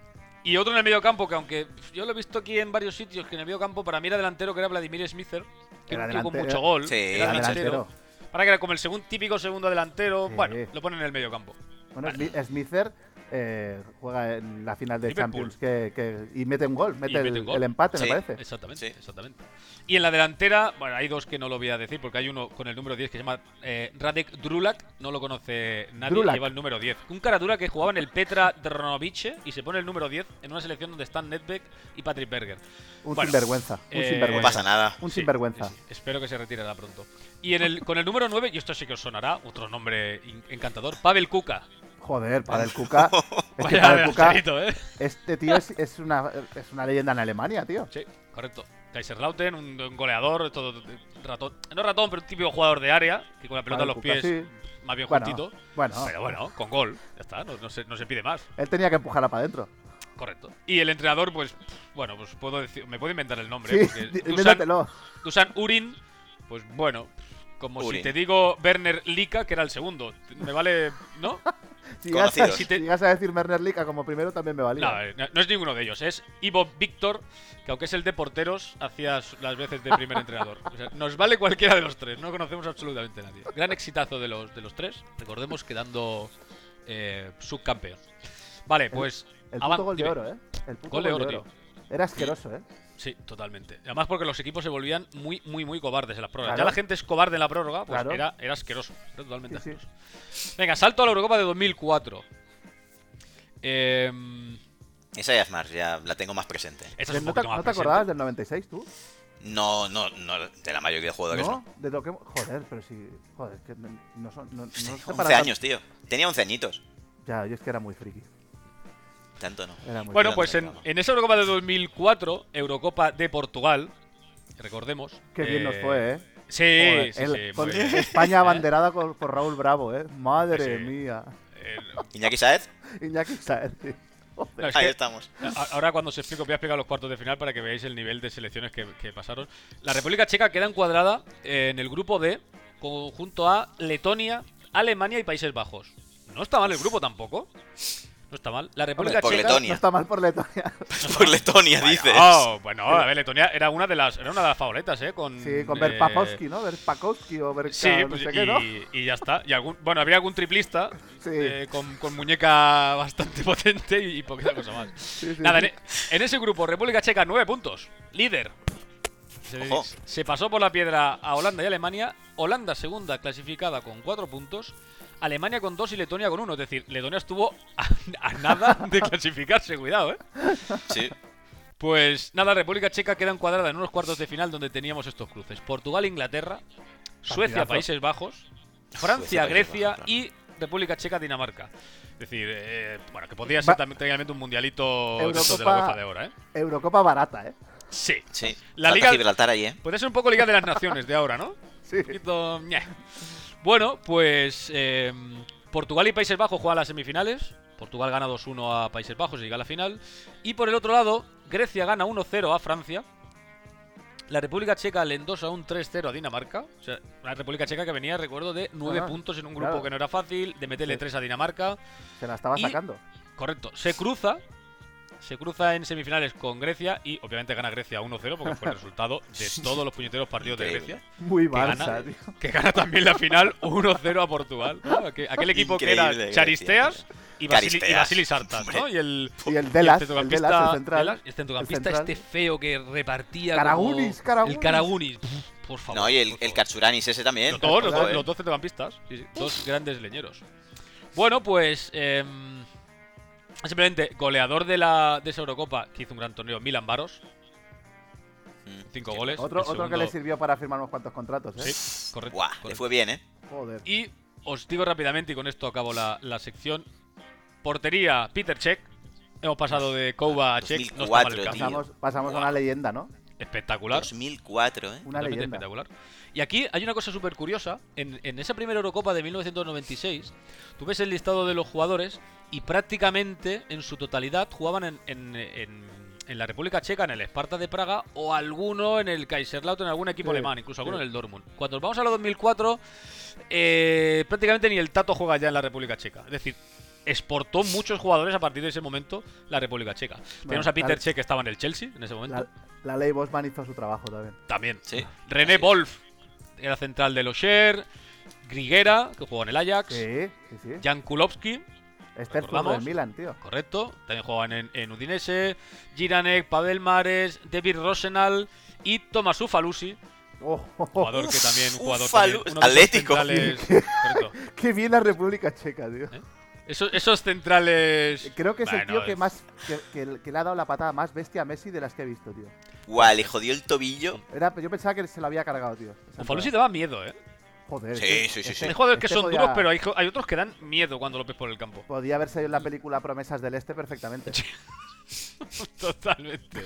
D: Y otro en el medio campo, que aunque pf, yo lo he visto aquí en varios sitios, que en el medio campo para mí era delantero, que era Vladimir Smither, que
C: Era
D: era un tío con
C: delantero.
D: mucho gol,
A: Sí,
D: era
A: era
D: delantero. Para que era como el segundo típico segundo delantero,
C: Sí.
D: bueno, lo ponen en el medio campo.
C: Bueno, Smi- Smither eh, juega en la final de
D: Liverpool.
C: Champions que, que- y mete un gol, mete,
D: mete
C: el,
D: un gol.
C: el empate,
A: Sí.
C: me parece.
D: Exactamente,
A: Sí.
D: exactamente. Y en la delantera, bueno, hay dos que no lo voy a decir, porque hay uno con el número 10 que se llama eh, Radek Drulak, no lo conoce nadie,
C: Drulak.
D: lleva el número 10. Un caradura que jugaba en el Petra Drnovice y se pone el número 10 en una selección donde están Nedved y Patrick Berger.
C: Un
D: Bueno,
C: sinvergüenza, un
D: eh,
A: No
C: sinvergüenza.
A: pasa nada.
C: Un
D: Sí,
C: sinvergüenza.
D: sí, sí. Espero que se retirará pronto. Y en el, con el número 9, y esto sí que os sonará, otro nombre in- encantador, Pavel Kuka.
C: Joder, para el Cuca. es que
D: Vaya
C: para el Cuca,
D: delantero, ¿eh?
C: este tío es, es una, es una leyenda en Alemania, tío.
D: Sí, correcto. Kaiserlauten, un, un goleador, todo, ratón, no ratón, pero un típico jugador de área, que con la pelota en
C: Pavel
D: los
C: Kuka,
D: pies
C: sí.
D: más bien
C: pues Bueno,
D: juntito.
C: bueno.
D: Pero bueno, con gol, ya está, no, no se, no se pide más.
C: Él tenía que empujarla para adentro.
D: Correcto. Y el entrenador, pues, pff, bueno, pues puedo decir, me puedo inventar el nombre.
C: Sí,
D: porque
C: di-
D: Dusan-
C: invéntatelo.
D: Dusan Urin, pues bueno, como si
A: Urin.
D: te digo Werner Lika, que era el segundo. Me vale, ¿no?
C: Si llegas, a,
A: conocidos.
C: si te- llegas a decir Merner Lica como primero también me valía.
D: No, eh, no, no es ninguno de ellos. Es Ivo Víctor, que aunque es el de porteros, hacía su- las veces de primer entrenador. O sea, nos vale cualquiera de los tres. No conocemos absolutamente a nadie. Gran exitazo de los, de los tres. Recordemos quedando eh, subcampeón. Vale, pues.
C: el
D: avan-
C: puto gol de
D: dime.
C: oro, ¿eh? El puto
D: Gol de oro,
C: Era asqueroso, ¿eh?
D: Sí, totalmente. Además porque los equipos se volvían muy, muy, muy cobardes en las prórrogas.
C: Claro.
D: Ya la gente es cobarde en la prórroga, pues
C: Claro.
D: era, era asqueroso. Era totalmente
C: Sí, sí.
D: asqueroso. Venga, salto a la Eurocopa de 2004. Eh,
A: Esa ya es más, ya la tengo más presente.
D: esta es un
C: ¿No te,
D: poquito más
C: no te
D: presente.
C: acordabas del 96 tú?
A: No, no, no, de la mayoría de jugadores no.
C: ¿No? De lo que... Joder, pero sí. Joder, que no, no son. No, no se
A: 11
C: para-
A: años, tío. Tenía 11 añitos.
C: Ya, yo es que era muy friki.
A: Tanto no.
C: Era muy
D: Bueno,
A: grande
D: pues
A: el
D: en,
A: programa.
D: en esa Eurocopa de 2004, Eurocopa de Portugal, recordemos.
C: friki. Qué bien nos fue, ¿eh?
D: Sí,
C: Joder,
D: sí,
C: el-
D: sí, muy
C: con
D: bien.
C: España abanderada con, por Raúl Bravo, ¿eh? Madre
D: Sí.
C: mía.
D: Eh,
A: Iñaki Saez,
C: Iñaki Saez, tío. Joder.
D: no, es
A: ahí
D: que
A: estamos.
D: a- ahora cuando se explico, voy a explicar los cuartos de final para que veáis el nivel de selecciones que, que pasaron. La República Checa queda encuadrada eh, en el grupo D, con- junto a Letonia, Alemania y Países Bajos. No está mal el grupo tampoco. No está mal. La República
A: por
D: Checa.
A: Letonia.
C: No está mal por Letonia.
A: Por Letonia,
D: Bueno,
A: dices.
D: bueno, a ver, Letonia era una de las, era una de las favoritas, ¿eh? Con,
C: Sí, con
D: eh,
C: Verpakovsky, ¿no? Verpakovsky o Verka,
D: Sí,
C: no
D: pues,
C: sé
D: y,
C: qué, ¿no?
D: y ya está. Y algún, bueno, habría algún triplista
C: Sí.
D: eh, con, con muñeca bastante potente y, y poquita cosa más.
C: Sí, sí,
D: Nada,
C: sí.
D: en, en ese grupo, República Checa, nueve puntos. Líder. Se,
A: Ojo.
D: se pasó por la piedra a Holanda y Alemania. Holanda segunda clasificada con cuatro puntos. Alemania con dos y Letonia con uno. Es decir, Letonia estuvo a, a nada de clasificarse, cuidado, ¿eh?
A: Sí.
D: Pues nada, República Checa queda encuadrada en unos cuartos de final donde teníamos estos cruces. Portugal-Inglaterra,
C: Partidazo.
D: Suecia-Países Bajos,
A: Suecia,
D: Francia-Grecia
A: Países Bajos,
D: y República Checa-Dinamarca. Es decir, eh, bueno, que podría ser
C: Va-
D: también técnicamente un mundialito de estos de la
C: Eurocopa-
D: UEFA de ahora, ¿eh?
C: Eurocopa barata, ¿eh?
D: Sí.
A: Sí.
D: La
A: Falta
D: Liga-
A: Gibraltar ahí, ¿eh?
D: Puede ser un poco Liga de las Naciones de ahora, ¿no?
C: Sí.
D: Un poquito, ñe. Bueno, pues eh, Portugal y Países Bajos juegan las semifinales. Portugal gana 2-1 a Países Bajos y llega a la final. Y por el otro lado, Grecia gana 1-0 a Francia. La República Checa le endosa un 3-0 a Dinamarca. O sea, una República Checa que venía, recuerdo, de 9
C: Ajá,
D: puntos en un grupo
C: claro.
D: que no era fácil, de meterle
C: Sí.
D: 3 a Dinamarca.
C: Se la estaba
D: Y-
C: sacando.
D: Correcto. Se cruza. Se cruza en semifinales con Grecia y obviamente gana Grecia 1-0 porque fue el resultado de todos los puñeteros partidos de
A: Increíble.
D: Grecia
C: Muy
D: que
C: Barça,
D: gana- eh.
C: tío.
D: que gana también la final 1-0 a Portugal. ¿no? Aquel, aquel equipo que era
A: Increíble,
D: Charisteas y Vasili,
A: Charisteas.
D: y Vasili Sartas, ¿no? Y el,
C: Y el Delas,
D: y el
C: el
D: centrocampista,
C: Delas, el central.
D: Delas, y el centrocampista
C: el central.
D: este feo que repartía
C: Caragunis,
D: como-
C: Caragunis.
D: El Caragunis, pf, por favor.
A: No, y el,
D: por
A: el
D: favor.
A: Katsuranis ese también.
D: Los dos, los dos,
A: Joder.
D: los dos centrocampistas. sí, sí, dos grandes leñeros. Bueno, pues. em, simplemente, goleador de, la, de esa Eurocopa que hizo un gran torneo, Milan Baros.
A: Mm.
D: Cinco goles.
C: Otro,
D: el
C: otro que
D: segundo-
C: le sirvió para firmar unos cuantos contratos, ¿eh?
D: Sí, correcto.
A: Buah, le
D: correcto.
A: fue bien, ¿eh?
C: Joder.
D: Y os digo rápidamente, y con esto acabo la, la sección. Portería, Peter Check. Hemos pasado de Kouba a Check. No está mal el
A: 2004,
D: cambio.
A: tío.
C: Pasamos, pasamos a una leyenda, ¿no?
D: Espectacular.
A: 2004, ¿eh?
C: Una
D: Realmente
C: leyenda.
D: espectacular. Y aquí hay una cosa súper curiosa. En, en esa primera Eurocopa de 1996, tú ves el listado de los jugadores y prácticamente en su totalidad jugaban en, en- en- en la República Checa, en el Sparta de Praga o alguno en el Kaiserslautern, en algún equipo
C: Sí,
D: alemán, incluso alguno
C: sí.
D: en el Dortmund. Cuando nos vamos a la 2004, eh, prácticamente ni el Tato juega ya en la República Checa. Es decir, exportó muchos jugadores a partir de ese momento la República Checa. Tenemos a Peter
C: claro.
D: Cech que estaba en el Chelsea en ese momento.
C: La, la ley Bosman hizo su trabajo también.
D: También.
A: Sí. Así
D: René
A: es.
D: Wolf era central del Osher. Griguera, que jugó en el Ajax.
C: Sí, sí, sí.
D: Jan Kulowski,
C: Este es
D: ¿recordamos?
C: del Milan, tío.
D: correcto. También jugaban en, en Udinese. Giranek, Pavel Mares, David Rosenal y Thomas Ufalusi.
C: Oh, oh, oh.
D: Jugador que
A: Uf,
D: también. un Jugador
A: Ufalu-
D: también, uno de esos
A: Atlético.
D: centrales- correcto.
C: Qué bien la República Checa, tío.
D: Esos, esos centrales.
C: Creo que es el
D: Bueno,
C: tío que
D: es-
C: más que, que- que le ha dado la patada más bestia a Messi de las que he visto, tío.
A: Guau, le jodió el tobillo.
C: Era, yo pensaba que se lo había cargado, tío. Esa
D: Ufalusi
C: jugada.
D: daba miedo, ¿eh?
C: Joder.
A: Sí,
C: tío.
A: sí, sí,
C: Este-
A: sí.
D: Hay jugadores que
C: este
D: son
C: podía-
D: duros, pero hay, jo- hay otros que dan miedo cuando lo ves por el campo.
C: Podía haber salido en la película Promesas del Este perfectamente.
D: Totalmente.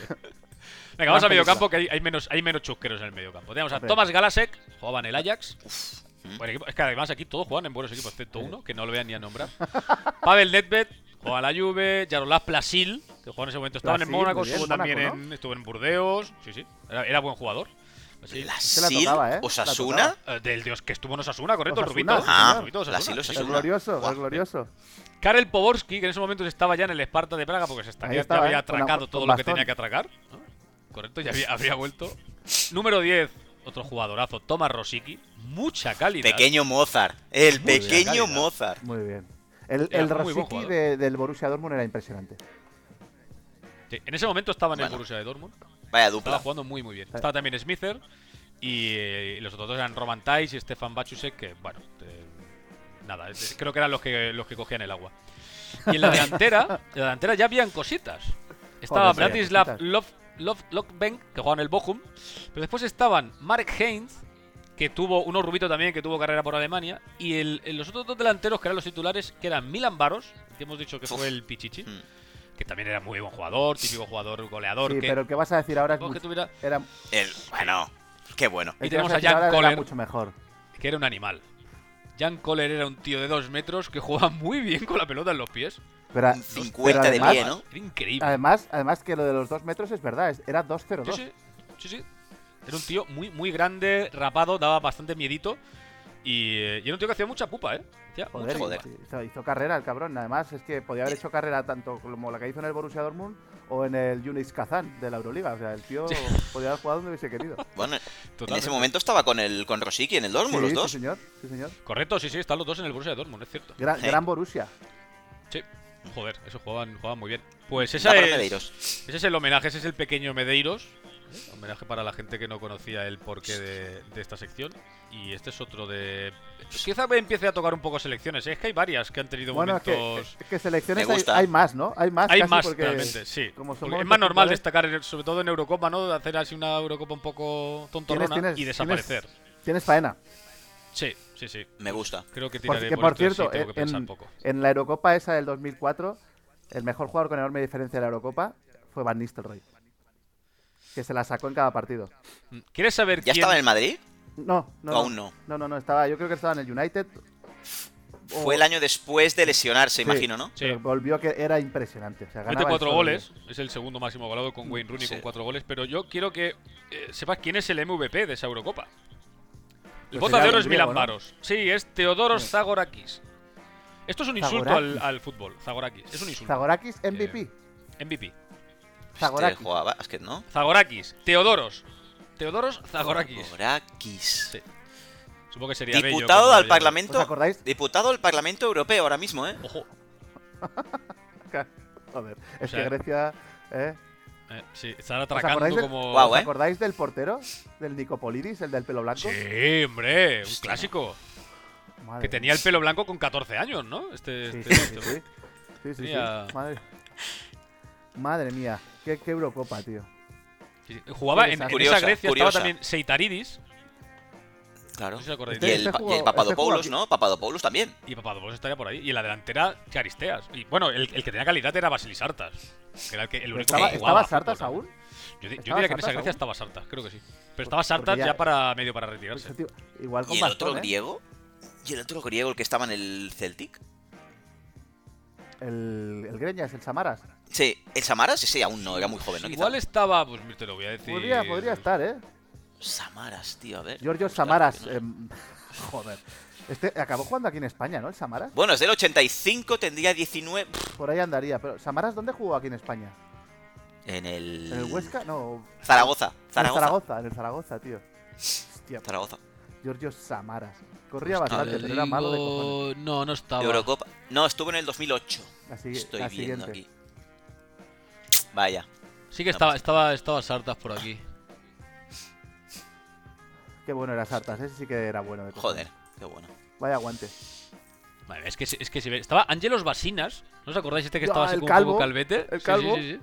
D: Venga, vamos
C: película.
D: al mediocampo, que hay, hay menos, hay menos chusqueros en el mediocampo. Teníamos a
C: Hombre.
D: Thomas Galasek, jugaba en el Ajax.
A: Mm.
D: Buen equipo. Es que además aquí todos juegan en buenos equipos, excepto uno, que no lo vean ni a nombrar. Pavel Nedved, jugaba en la Juve. Yaroslav Plasil, que jugaba en ese momento. Estaba en el
C: Plasil,
D: Mónaco,
C: muy bien,
D: estuvo también
C: Mónaco,
D: en, estuvo en Burdeos. Sí, sí, era, era buen jugador. Sí.
A: La
C: la
A: Sil,
C: tocaba, ¿eh? La
A: Osasuna.
C: tocaba.
D: Eh, Del dios que estuvo en Osasuna, correcto,
C: Osasuna,
D: el rubito.
A: Ah,
D: El rubito de
A: Plasil,
D: sí,
C: El
A: Osasuna.
C: glorioso,
A: Guau.
C: el glorioso.
D: Karel Poborski, que en ese momento estaba ya en el Sparta de Praga porque
C: Ahí
D: se estaría, ya
C: estaba,
D: había
C: ¿eh? Con la-
D: atracado
C: con
D: todo lo que
C: bastón.
D: tenía que atracar. ¿no? Correcto, ya había, habría vuelto. Número 10, otro jugadorazo, Thomas Rosicki. Mucha calidad.
A: Pequeño Mozart. El
D: Muy bien,
A: pequeño
D: calidad.
A: Mozart.
C: Muy bien. El,
D: Era
C: el
D: muy buen
C: Rosicky
D: jugador.
C: de- del Borussia Dortmund era impresionante.
D: Sí, En ese momento estaba en el
A: Bueno.
D: Borussia de Dortmund.
A: Vaya
D: Estaba
A: dupla.
D: jugando muy, muy bien. Estaba también Smither. Y, eh, y los otros dos eran Roman Tais y Stefan Bachusek, que, bueno, eh, nada, es- creo que eran los que, los que cogían el agua. Y en la delantera, en la delantera ya habían cositas. Estaba
C: Joder, sí,
D: Bratislav
C: cositas.
D: Lov, Lov, Lovbenk, que jugaba en el Bochum. Pero después estaban Mark Heinz, que tuvo, uno rubito también, que tuvo carrera por Alemania. Y el, el- los otros dos delanteros, que eran los titulares, que eran Milan Baros, que hemos dicho que
A: Uf.
D: fue el Pichichi,
C: Hmm.
A: Mm.
D: que también era muy buen jugador, típico jugador goleador.
C: Sí,
D: que,
C: pero el que vas a decir ahora es
D: que
C: mucho,
D: tuviera-
C: era,
A: El- bueno, qué bueno.
C: el que
D: tenemos
C: vas
D: a
C: decir
D: Jan
C: ahora era
D: Koller.
C: mucho mejor.
D: que era un animal. Jan Koller era un tío de dos metros que jugaba muy bien con la pelota en los pies.
C: Pero,
A: Un 50
C: pero
A: de
C: además-
A: pie, ¿no?
D: Era increíble.
C: Además, además que lo de los dos metros es verdad, es- era 2-0-2.
D: Sí, sí, sí, sí. Era un tío muy, muy grande, rapado, daba bastante miedito. Y, eh, y era un tío que hacía mucha pupa, ¿eh? Hacía
C: Joder,
D: mucha
A: Joder.
D: pupa.
C: sí, Hizo, hizo carrera el cabrón. Además, es que podía haber hecho carrera tanto como la que hizo en el Borussia Dortmund o en el Yunis Kazan de la Euroliga. O sea, el tío
D: Sí.
C: podía haber jugado donde hubiese querido.
A: Bueno, en
D: Totalmente.
A: ese momento estaba con el con Rosicky en el Dortmund,
C: sí,
A: los
C: sí,
A: dos.
C: señor. Sí, señor.
D: Correcto, sí, sí, están los dos en el Borussia de Dortmund, es cierto.
C: Gran,
A: Sí.
C: gran Borussia.
D: Sí. Joder, eso jugaban, jugaban muy bien. Pues
A: Va
D: esa
A: para
D: es,
A: Medeiros.
D: ese es el homenaje, ese es el pequeño Medeiros. ¿eh? Homenaje para la gente que no conocía el porqué de, de esta sección. Y este es otro de. Quizá me empiece a tocar un poco selecciones. ¿eh? Es que hay varias que han tenido
C: Bueno, es que,
D: momentos.
C: es que selecciones
A: Me
C: hay,
A: gusta.
C: hay más, ¿no? Hay más.
D: Hay
C: casi
D: más,
C: porque
D: realmente, sí.
C: como
D: Porque
C: somos
D: es más
C: dos
D: normal
C: jugadores-
D: destacar, en- sobre todo en Eurocopa, ¿no? De hacer así una Eurocopa un poco tontorrona
C: Tienes- tienes-
D: y desaparecer.
C: Tienes faena.
D: Sí, sí, sí.
A: Me gusta.
D: Creo que tiraré
C: Porque,
D: por,
C: por,
D: esto, sí,
C: cierto, eh,
D: tengo que pensar
C: en,
D: poco.
C: en la Eurocopa esa del 2004, el mejor jugador con enorme diferencia de la Eurocopa fue Van Nistelrooy. Que se la sacó en cada partido.
D: ¿Quieres saber
A: ¿Ya
D: quién?
A: estaba en el Madrid?
C: No, no.
A: O aún no.
C: No, no, no, estaba, yo creo que estaba en el United. O-
D: Oh.
A: Fue el año después de lesionarse, imagino, ¿no?
D: Sí.
C: pero volvió que era impresionante. O sea,
D: Mete
C: ganaba
D: cuatro
C: el
D: goles, es el segundo máximo goleado con Wayne Rooney
A: Sí.
D: con cuatro goles, pero yo quiero que eh, sepas quién es el MVP de esa Eurocopa. El
C: Pues
D: bota
C: será
D: de oro
C: algún
D: es Milan
C: griego, ¿no?
D: Baros. Sí, es Teodoros
C: Sí.
D: Zagorakis. Esto es un insulto al,
C: Zagorakis.
D: al fútbol, Zagorakis. Es un insulto.
C: Zagorakis MVP.
D: MVP.
A: Este
C: Zagorakis.
A: jugaba básquet, ¿no?
D: Zagorakis. Teodoros. Teodoros Zagorakis.
A: Zagorakis.
D: Sí. Supongo que sería Bello
A: Diputado
D: como
A: al
D: lo llamen.
A: Parlamento.
C: ¿Os acordáis?
A: Diputado al Parlamento Europeo ahora mismo, ¿eh?
D: Ojo,
C: Joder, es
D: sea,
C: que Grecia. ¿eh?
D: eh, sí, están
C: acordáis
D: atracando
C: de-
D: como.
A: Guau,
C: ¿Os
A: ¿eh?
C: acordáis del portero? ¿Del Nicopolidis, el del pelo blanco?
D: Sí, hombre, un
A: Hostia.
D: clásico.
C: Madre
D: Que tenía el pelo blanco con 14 años, ¿no? Este.
C: Sí,
D: este-
C: sí, sí,
D: este-
C: sí. Sí, sí, sí.
D: Tenía-
C: Madre... Madre mía, qué, qué Eurocopa, tío.
D: sí, sí. Jugaba
C: Qué
D: en, en
C: desastre.
D: esa
A: Curiosa,
D: Grecia,
A: curiosa.
D: estaba también Seitaridis.
A: Claro.
D: No sé si acordáis
A: Y
D: de-
A: el,
C: Este
A: pa- y
C: juego-
A: el
C: este
A: Papadopoulos,
C: juego
A: ¿no? Papadopoulos también.
D: Y Papadopoulos estaría por ahí. Y en la delantera, que Aristeas. Y bueno, el, el que tenía calidad era Basilis Artas. Que era el, que, el único
C: ¿Estaba,
D: que jugaba
C: ¿Estaba Sartas aún?
D: fútbol, ¿no? Yo, di- yo
C: ¿Estaba
D: diría que en esa
C: Sartas
D: Grecia
C: aún?
D: estaba Sartas, creo que sí. Pero
C: Por-
D: estaba Sartas
C: porque
D: ya,
C: ya-
D: para medio para
C: Ese
D: retirarse.
C: tío- Igual con
A: ¿Y el otro
C: bastón, ¿eh?
A: griego? ¿Y el otro griego, el que estaba en el Celtic?
C: El, el Greñas, el Samaras.
A: Sí, el Samaras, ese aún no, era muy joven, ¿no? Quizá.
D: Igual estaba, pues mira, te lo voy a decir.
C: Podría, podría estar, ¿eh?
A: Samaras, tío, a ver.
C: Giorgio
A: Ostras,
C: Samaras.
A: que no-
C: em, joder. Este acabó jugando aquí en España, ¿no? El Samaras.
A: Bueno, es del 85, tendría 19. Pff,
C: Por ahí andaría. Pero ¿Samaras dónde jugó aquí en España?
A: En el.
C: ¿En el Huesca? No.
A: Zaragoza.
C: En el
A: Zaragoza.
C: Zaragoza, en el Zaragoza, tío. Hostia,
A: Zaragoza.
C: Giorgio Samaras. Corría
A: Pues,
C: bastante, pero era malo de cojones.
D: No, no estaba.
A: Eurocopa. No, estuvo en el 2008.
C: La sigui-
A: Estoy
C: la
A: viendo
C: siguiente.
A: aquí. Vaya.
D: Sí
A: No
D: que
A: estaba-
D: estaba, estaba, estaba Sartas por aquí.
C: Qué bueno era Sartas, ese sí que era bueno de cojones.
A: Joder, qué bueno.
C: Vaya guante.
D: Madre mía, es que, si- es que si ve- estaba Angelos Basinas, ¿no os acordáis este que
C: Ah,
D: estaba así
C: el
D: como un
C: calvo,
D: poco calvete?
C: el
D: Sí,
C: calvo.
D: sí, sí, sí.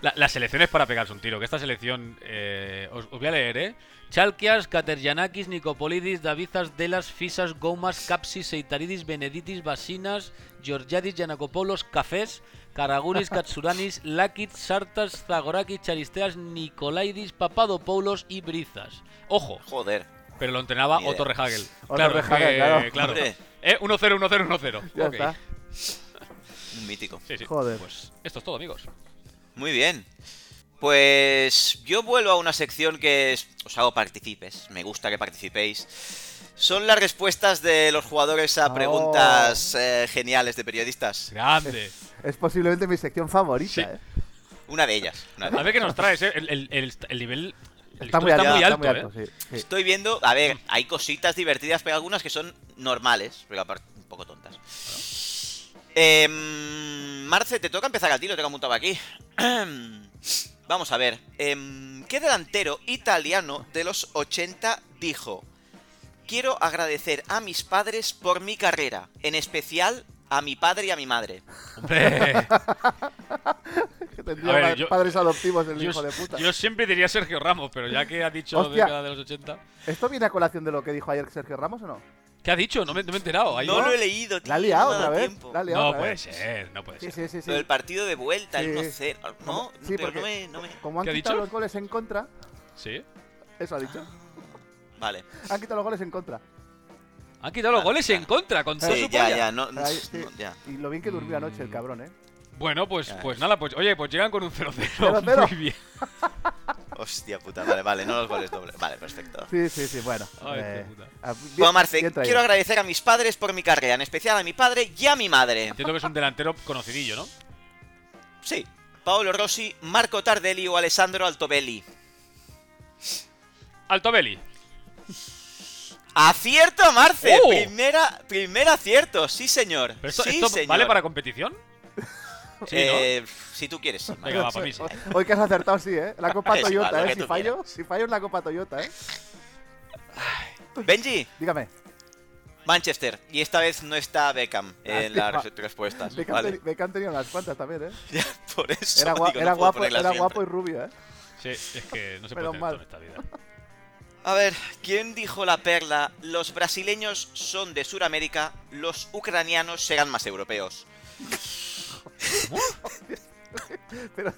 D: La- las selecciones para pegarse un tiro, que esta selección, eh, os, os voy a leer, ¿eh? Chalkias, Katerjanakis, Nicopolidis, Davizas, Delas, Fisas, Goumas, Capsis, Seitaridis, Beneditis, Basinas, Georgiadis, Yanakopoulos, Cafés, Karagounis, Katsuranis, Lakit, Sartas, Zagorakis, Charisteas, Nicolaidis, Papadopoulos y Brizas. Ojo,
A: Joder.
D: pero lo entrenaba
A: Ni idea.
D: Otto Rehagel.
C: Otto
D: claro,
C: Rehagel,
D: eh,
C: claro.
A: Hombre.
D: Eh, 1-0, 1-0, 1-0.
C: Ya
D: Ok.
C: está.
A: Un mítico.
D: Sí, sí.
C: Joder.
D: Pues esto es todo, amigos.
A: Muy bien. Pues yo vuelvo a una sección que es- os hago participes. Me gusta que participéis. Son las respuestas de los jugadores a
C: Oh.
A: preguntas eh, geniales de periodistas.
D: Grande.
C: Es posiblemente mi sección favorita,
D: Sí.
C: ¿eh?
A: Una de ellas. una de
D: A ver qué nos traes, eh. El, el- el- el nivel. el listón
C: está muy alto,
D: ¿eh?
C: sí, sí.
A: Estoy viendo, a ver, hay cositas divertidas, pero algunas que son normales, pero aparte un poco tontas. Em, Marce, te toca empezar a ti, lo tengo apuntado aquí. Vamos a ver. em, ¿Qué delantero italiano de los 80 dijo? Quiero agradecer a mis padres por mi carrera, en especial a mi padre y a mi madre.
D: Hombre,
C: Que tendría
D: ¿eh? A ver,
C: pa-
D: yo-
C: padres adoptivos el
D: yo,
C: hijo de puta.
D: yo siempre diría Sergio Ramos, pero ya que ha dicho
C: Hostia.
D: década de los 80.
C: ¿Esto viene a colación de lo que dijo ayer Sergio Ramos o no?
D: ¿Qué ha dicho? No me, no me he enterado. Ahí
A: No
D: va.
A: lo he leído, tío.
C: La ha liado
A: no me ha
C: otra
A: dado
C: vez.
A: tiempo.
C: La ha liado
D: No
C: otra
D: puede
C: vez.
D: ser, no puede
C: Sí,
D: ser.
C: sí, sí. sí.
A: Lo del partido de vuelta, el
C: Sí.
A: 1-0. No,
C: Sí,
A: pero
C: porque-
A: no me- no me...
C: Como han
D: ¿Qué ha
C: quitado
D: dicho?
C: los goles en contra,
D: ¿Sí?
C: eso ha dicho.
A: Vale.
C: Han quitado los goles en contra.
D: Han quitado
C: Ah,
D: los goles en contra con todo
A: Sí,
D: su
A: ya,
D: polla.
A: ya, no,
C: Ahí, sí.
A: no, ya.
C: Y lo bien que durmió anoche el cabrón, ¿eh?
D: Bueno, pues,
A: Ya
D: pues
A: es.
D: nada, pues oye, pues llegan con un 0-0.
C: 0-0.
D: Muy bien.
A: Hostia puta, vale, vale, no los goles dobles. Vale, perfecto.
C: Sí, sí, sí, bueno.
D: Ay, qué
C: eh,
D: puta.
C: ah, bien-
A: Bueno, Marce,
C: bien traído.
A: quiero agradecer a mis padres por mi carrera, en especial a mi padre y a mi madre.
D: Entiendo que es un delantero conocidillo, ¿no?
A: Sí, Paolo Rossi, Marco Tardelli o Alessandro Altobelli.
D: Alto Belli.
A: ¡Acierto, Marce!
D: ¡Oh!
A: Primera, primer acierto, sí, señor.
D: Pero esto,
A: sí,
D: esto
A: señor.
D: vale para competición. Sí, ¿no?
A: Eh, Si tú quieres, sí, Marce.
D: Venga, va, para mí sí.
C: Hoy que has acertado, sí, ¿eh? La Copa
A: Es igual,
C: Toyota,
A: lo que
C: ¿eh? Si
A: tú
C: fallo, si fallo es la Copa Toyota, ¿eh?
A: Benji,
C: Dígame.
A: Manchester. Y esta vez no está Beckham
D: Ah,
A: en
C: Lástima.
A: las res- respuestas.
C: Beckham,
A: Vale.
C: teni- Beckham tenía unas cuantas también, ¿eh?
A: Ya, por eso.
C: Era, gua-
A: digo, no
C: era
A: puedo
C: guapo,
A: ponerlas
C: era
A: siempre.
C: guapo y rubio, ¿eh?
D: Sí, es que no se puede
C: Menos
D: tener
C: mal.
D: todo en esta vida.
A: A ver, ¿quién dijo la perla? Los brasileños son de Sudamérica, los ucranianos serán más europeos.
C: Pero.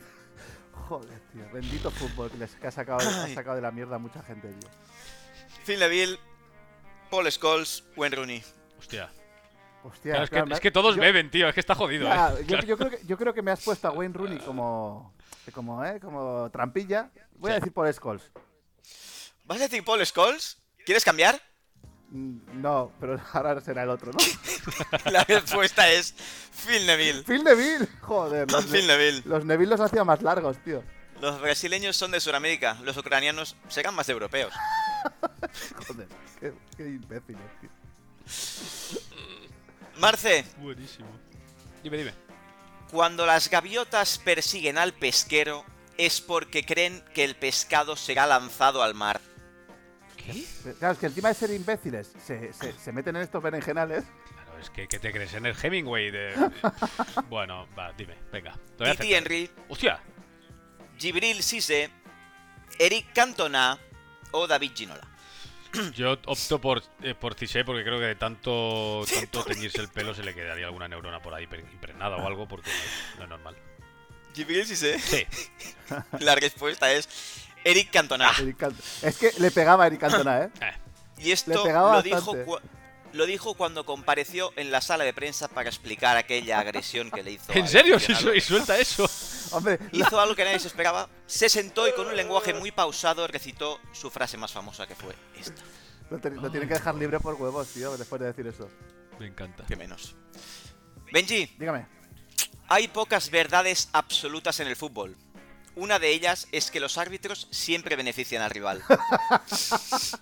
C: Joder, tío. Bendito fútbol que, les, que ha, sacado, ha
A: Ay.
C: sacado de la mierda a mucha gente, tío.
A: Phil Neville, Paul Scholes, Wayne Rooney.
D: Hostia.
C: Hostia.
D: Claro, es, que,
C: claro, me-
D: es que todos
C: yo-
D: beben, tío. Es que está jodido,
C: Ya,
D: ¿eh?
C: yo, yo creo que, yo creo que me has puesto a Wayne Rooney como, como, ¿eh? como trampilla. Voy a decir por Scholes.
A: ¿Vas a decir Paul Scholes? ¿Quieres cambiar?
C: Mm, No, pero ahora será el otro, ¿no?
A: La respuesta es Phil Neville.
C: Phil Neville. Joder, los,
A: Phil Neville.
C: los Neville los hacía más largos, tío.
A: Los brasileños son de Sudamérica, los ucranianos serán más europeos.
C: Joder, qué, qué imbéciles, tío.
A: Marce,
D: Buenísimo. Dime, dime.
A: cuando las gaviotas persiguen al pesquero es porque creen que el pescado será lanzado al mar.
D: ¿Qué?
C: Pero, Eh, Claro, es que encima de ser imbéciles, se, se- se meten en estos berenjenales.
D: Claro, es que, ¿qué te crees en el Hemingway? De... bueno, va, dime, venga. Te voy a
A: Titi
D: aceptar.
A: Henry,
D: Hostia.
A: Gibril Cisse, Eric Cantona o David Ginola.
D: Yo opto por, eh, por Cissé porque creo que de tanto, tanto teñirse el pelo se le quedaría alguna neurona por ahí pre- impregnada o algo porque no es normal.
A: Gabriel Cissé.
D: Sí,
A: La respuesta es Eric Cantona.
D: Ah,
C: Eric Cant- Es que le pegaba a Eric Cantona, ¿eh?
D: eh,
A: Y
C: Le
A: esto
C: pegaba
A: lo dijo,
C: bastante.
A: cua- lo dijo cuando compareció en la sala de prensa para explicar aquella agresión que le hizo.
D: ¿En
A: al
D: serio? Sí,
A: aficionado.
D: su- y
C: ¿eh?
D: suelta eso.
C: Hombre,
A: Hizo algo que nadie se esperaba, se sentó y con un lenguaje muy pausado recitó su frase más famosa que fue esta.
C: lo, te- lo tienen que dejar libre por huevos, tío, después de decir eso.
D: Me encanta.
A: Que menos. Benji,
C: Dígame.
A: hay pocas verdades absolutas en el fútbol. Una de ellas es que los árbitros siempre benefician al rival.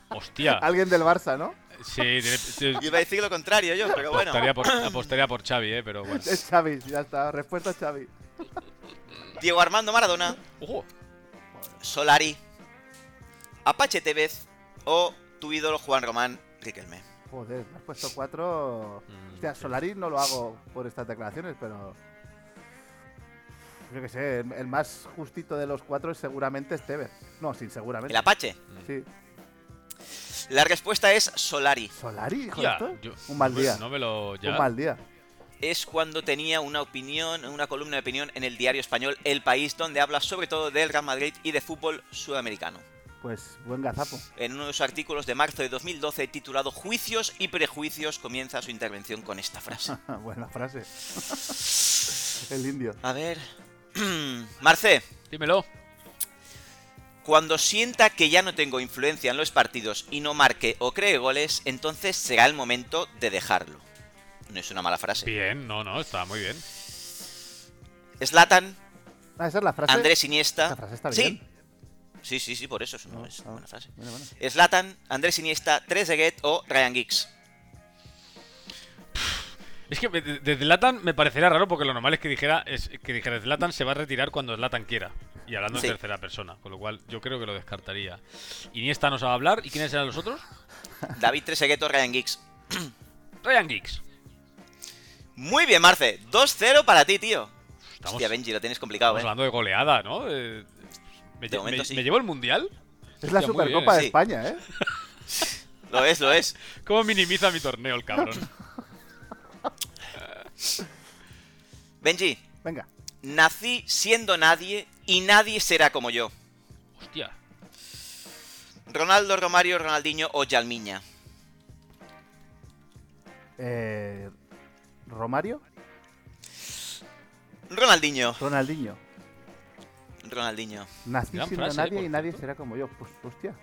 D: Hostia.
A: Ah.
C: Alguien del Barça, ¿no?
D: Sí, tiene- tiene-
A: Iba a decir lo contrario yo, pero bueno.
D: apostaría, por, apostaría por Xavi, eh, pero bueno.
C: Es Xavi, ya está. Respuesta Xavi.
A: Diego Armando Maradona,
D: Ojo.
A: Solari, Apache Tevez o tu ídolo Juan Román Riquelme.
C: Joder, me has puesto cuatro.
D: Mm,
C: Hostia,
D: sí.
C: Solari no lo hago por estas declaraciones, pero. Yo qué sé, el, el más justito de los cuatro es seguramente Esteve. No, sin
A: El
C: seguramente.
A: Apache.
C: Sí.
A: La respuesta es Solari.
C: Solari, hijo de
D: Ya,
C: esto.
D: yo-
C: Un mal
D: pues
C: día.
D: No me lo. ya.
C: Un mal día.
A: Es cuando tenía una opinión, una columna de opinión en el diario español El País, donde habla sobre todo del Real Madrid y de fútbol sudamericano.
C: Pues buen gazapo.
A: En uno de sus artículos de marzo de 2012 titulado Juicios y prejuicios comienza su intervención con esta frase.
C: Buena frase. El indio.
A: A ver... Marce,
D: Dímelo.
A: Cuando sienta que ya no tengo influencia en los partidos y no marque o cree goles, entonces será el momento de dejarlo. No es una mala frase.
D: Bien, no, no, está muy bien.
A: Zlatan,
C: Ah, esa es la frase.
A: Andrés Iniesta.
C: Esta frase está
A: sí.
C: bien.
A: Sí, sí, sí, por eso es una, es una
C: Ah,
A: buena frase.
C: bueno, bueno.
A: Zlatan, Andrés Iniesta, Trezeguet o Ryan Giggs.
D: Es que de de Zlatan me parecería raro porque lo normal es que dijera es que dijera Zlatan se va a retirar cuando Zlatan quiera. Y hablando
A: Sí.
D: en tercera persona, con lo cual yo creo que lo descartaría. Iniesta nos va a hablar. ¿Y quiénes serán los otros?
A: David Trezeguet o Ryan Giggs.
D: Ryan Giggs.
A: Muy bien, Marce. 2-0 para ti, tío.
D: Estamos,
A: Hostia, Benji, lo tienes complicado,
D: estamos
A: eh.
D: hablando de goleada, ¿no? Eh, me,
A: De
D: lle-
A: momento
D: me-
A: sí.
D: me llevo el mundial?
C: Es la
D: Hostia, muy
C: Supercopa de
A: bien. Sí.
C: España, ¿eh?
A: Lo es, lo es.
D: ¿Cómo minimiza mi torneo el cabrón?
A: Benji,
C: Venga.
A: nací siendo nadie y nadie será como yo.
D: Hostia.
A: Ronaldo, Romario, Ronaldinho o Yalmiña.
C: Eh, Romario,
A: Ronaldinho.
C: Ronaldinho.
A: Ronaldinho.
C: Nací
D: Gran
C: siendo
D: frase,
C: nadie
D: por
C: y nadie
D: cierto.
C: será como yo. Pues, hostia.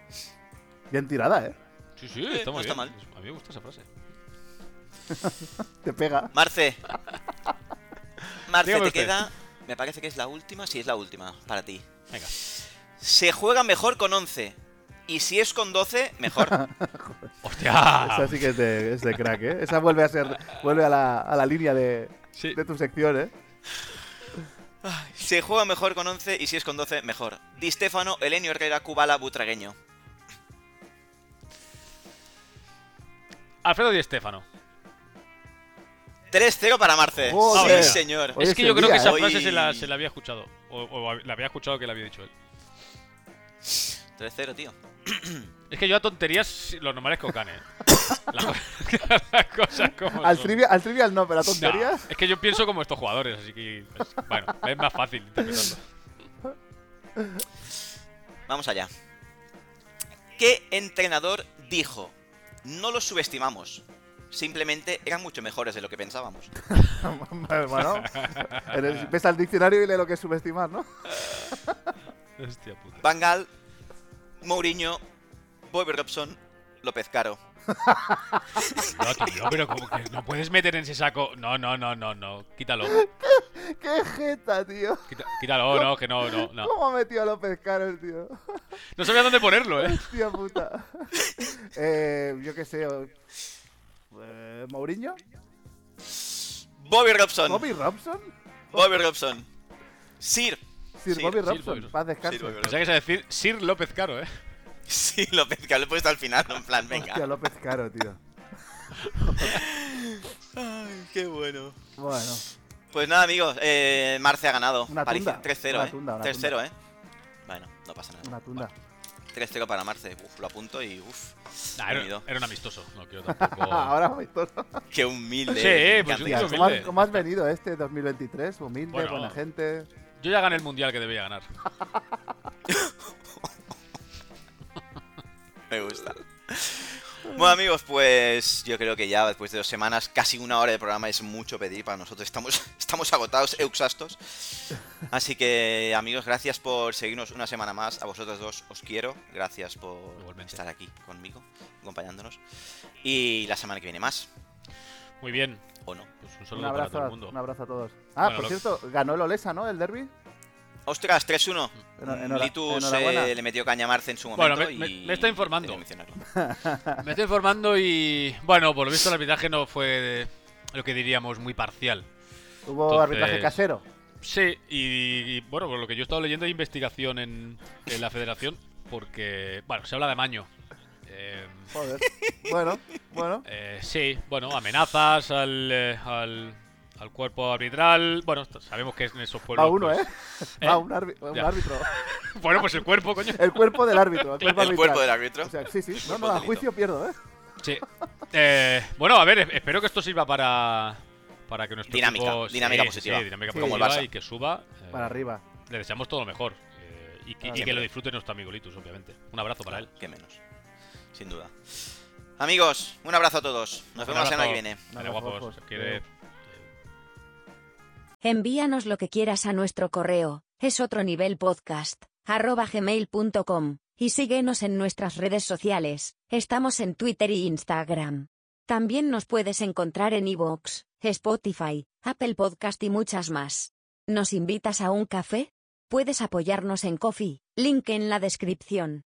C: Bien tirada, ¿eh?
D: Sí, sí, está
A: no
D: muy
A: está
D: bien. A mí me gusta esa frase.
C: Te pega.
A: Marce. Marce,
D: Dígame
A: te
D: usted.
A: queda. Me parece que es la última. Sí, es la última para ti.
D: Venga.
A: Se juega mejor con 11. Y si es con 12, mejor.
C: Esa
D: ¡Hostia!
C: sí que es de, es de crack, ¿eh? Esa vuelve a ser vuelve a la, a la línea de,
D: Sí.
C: de tu sección, ¿eh?
A: Se juega mejor con 11 y si es con 12, mejor. Di Stefano, Elenio Herrera, Kubala, Butragueño.
D: Alfredo Di Estefano.
A: 3-0 para Marce.
C: Joder.
A: Sí, señor.
C: Hoy
D: es
C: es
D: que
C: el
D: yo creo
C: día,
D: que esa
A: ¿eh?
D: frase se la,
A: Hoy-
D: se la había escuchado. O, o la había escuchado que la había dicho él.
A: 3-0, tío.
D: Es que yo a tonterías sí, lo normal es que os gane. Las ¿eh? co- las cosas como
C: Al,
D: son.
C: trivia- al trivial no, pero a
D: Nah,
C: tonterías.
D: es que yo pienso como estos jugadores, así que. pues, bueno, es más fácil interpretarlo.
A: Vamos allá. ¿Qué entrenador dijo? No los subestimamos. Simplemente eran mucho mejores de lo que pensábamos.
C: bueno, en el- ves al diccionario y lee lo que es subestimar, ¿no?
D: Hostia puta.
A: Bangal, Mourinho, Bobby Robson, López Caro.
D: No, tío, pero como que no puedes meter en ese saco. No, no, no, no, no. Quítalo.
C: ¡Qué jeta, tío!
D: Quita- quítalo, no, que no, no, no.
C: ¿Cómo metió a López Caro el tío?
D: No sabía dónde ponerlo, eh.
C: Hostia puta. eh, yo qué sé. o- Eh, ¿Mourinho?
A: Bobby Robson. Bobby,
C: ¿Bobby Robson?
A: Robson. Sir.
C: Sir
A: Sí,
C: Bobby
A: Sir Sir
C: Robson, paz
D: Bobby-
A: Bobby
C: descanse.
A: Robson.
D: Pensaba que se decir Sir López Caro, eh.
A: Sí, López Caro. Lo he puesto al final, en plan,
C: Hostia,
A: venga.
C: López Caro, tío.
A: Ay, qué bueno.
C: Bueno,
A: Pues nada, amigos. Eh, Marce ha ganado.
C: Una
A: Paliza,
C: tunda,
A: 3-0,
C: una
A: eh.
C: tunda, una
A: 3-0, eh. Bueno, no pasa nada.
C: una tunda.
A: 3-0 para Marce. Uf, lo apunto y uff.
D: Nah, era, era un amistoso, no quiero tampoco.
C: Ahora voy todo.
A: Qué humilde.
D: Sí,
A: me
D: pues
A: encanta.
C: Tía, ¿cómo, has,
D: humilde.
C: cómo has venido este 2023? Humilde,
D: Bueno.
C: buena gente.
D: Yo ya gané el mundial que debía ganar.
A: Me gusta. Bueno amigos, pues yo creo que ya después de dos semanas, casi una hora de programa es mucho pedir para nosotros. Estamos, estamos agotados, euxastos. Así que amigos, gracias por seguirnos una semana más. A vosotros dos os quiero. Gracias por
D: Igualmente.
A: estar aquí conmigo, acompañándonos. Y la semana que viene más,
D: Muy bien.
A: ¿o no?
D: Pues un
C: Un
D: saludo para
C: abrazo,
D: todo
C: a,
D: el mundo.
C: un abrazo a todos. Ah,
D: Bueno,
C: por
D: lo-
C: cierto, ganó el Olesa, ¿no? El derby.
A: Ostras, 3-1.
C: Eno- enhora-
A: Litus
C: enhorabuena.
A: eh, le metió caña a Marce en su
D: Bueno,
A: momento.
D: me-
A: y
D: me- me está informando.
A: quería mencionarlo.
D: Me estoy informando y. Bueno, por lo visto el arbitraje no fue lo que diríamos muy parcial.
C: Hubo
D: Entonces-
C: arbitraje casero.
D: Sí, y, y, bueno, por lo que yo he estado leyendo hay investigación en, en la federación porque. Bueno, se habla de amaño. Eh,
C: Joder. bueno, bueno.
D: eh, sí, bueno, amenazas al, eh, al, al cuerpo arbitral. Bueno, esto- sabemos que es en esos pueblos.
C: A uno,
D: pues-
C: ¿eh?
D: ¿Eh?
C: A un, árbi- un
D: Ya.
C: árbitro.
D: Bueno, pues el cuerpo, coño.
C: El cuerpo del árbitro. El cuerpo,
A: El cuerpo
C: arbitral.
A: del árbitro.
C: O sea, sí, sí. No,
A: cuerpo
C: no, a
A: delito.
C: juicio pierdo, ¿eh?
D: Sí. Eh, bueno, a ver, e- espero que esto sirva para. Para que nuestro
A: Dinámica,
D: equipo-
A: dinámica
D: sí,
A: positiva.
D: sí, dinámica
C: Sí.
D: positiva
A: Como el Barça.
D: y que suba. eh,
C: Para arriba.
D: le deseamos todo lo mejor. eh, y, que,
C: Ah,
D: y que lo disfrute nuestro amigo Litus, obviamente. Un abrazo para él.
A: Que menos. Sin duda. Amigos, un abrazo a todos. Nos vemos la semana que viene.
D: Vale,
C: Abrazo,
D: guapos.
C: guapos.
D: se quiere-
C: Adiós.
B: Envíanos lo que quieras a nuestro correo, es otro nivel podcast, arroba gmail.com, y síguenos en nuestras redes sociales, estamos en Twitter y Instagram. También nos puedes encontrar en iVoox, Spotify, Apple Podcast y muchas más. ¿Nos invitas a un café? Puedes apoyarnos en Coffee, link en la descripción.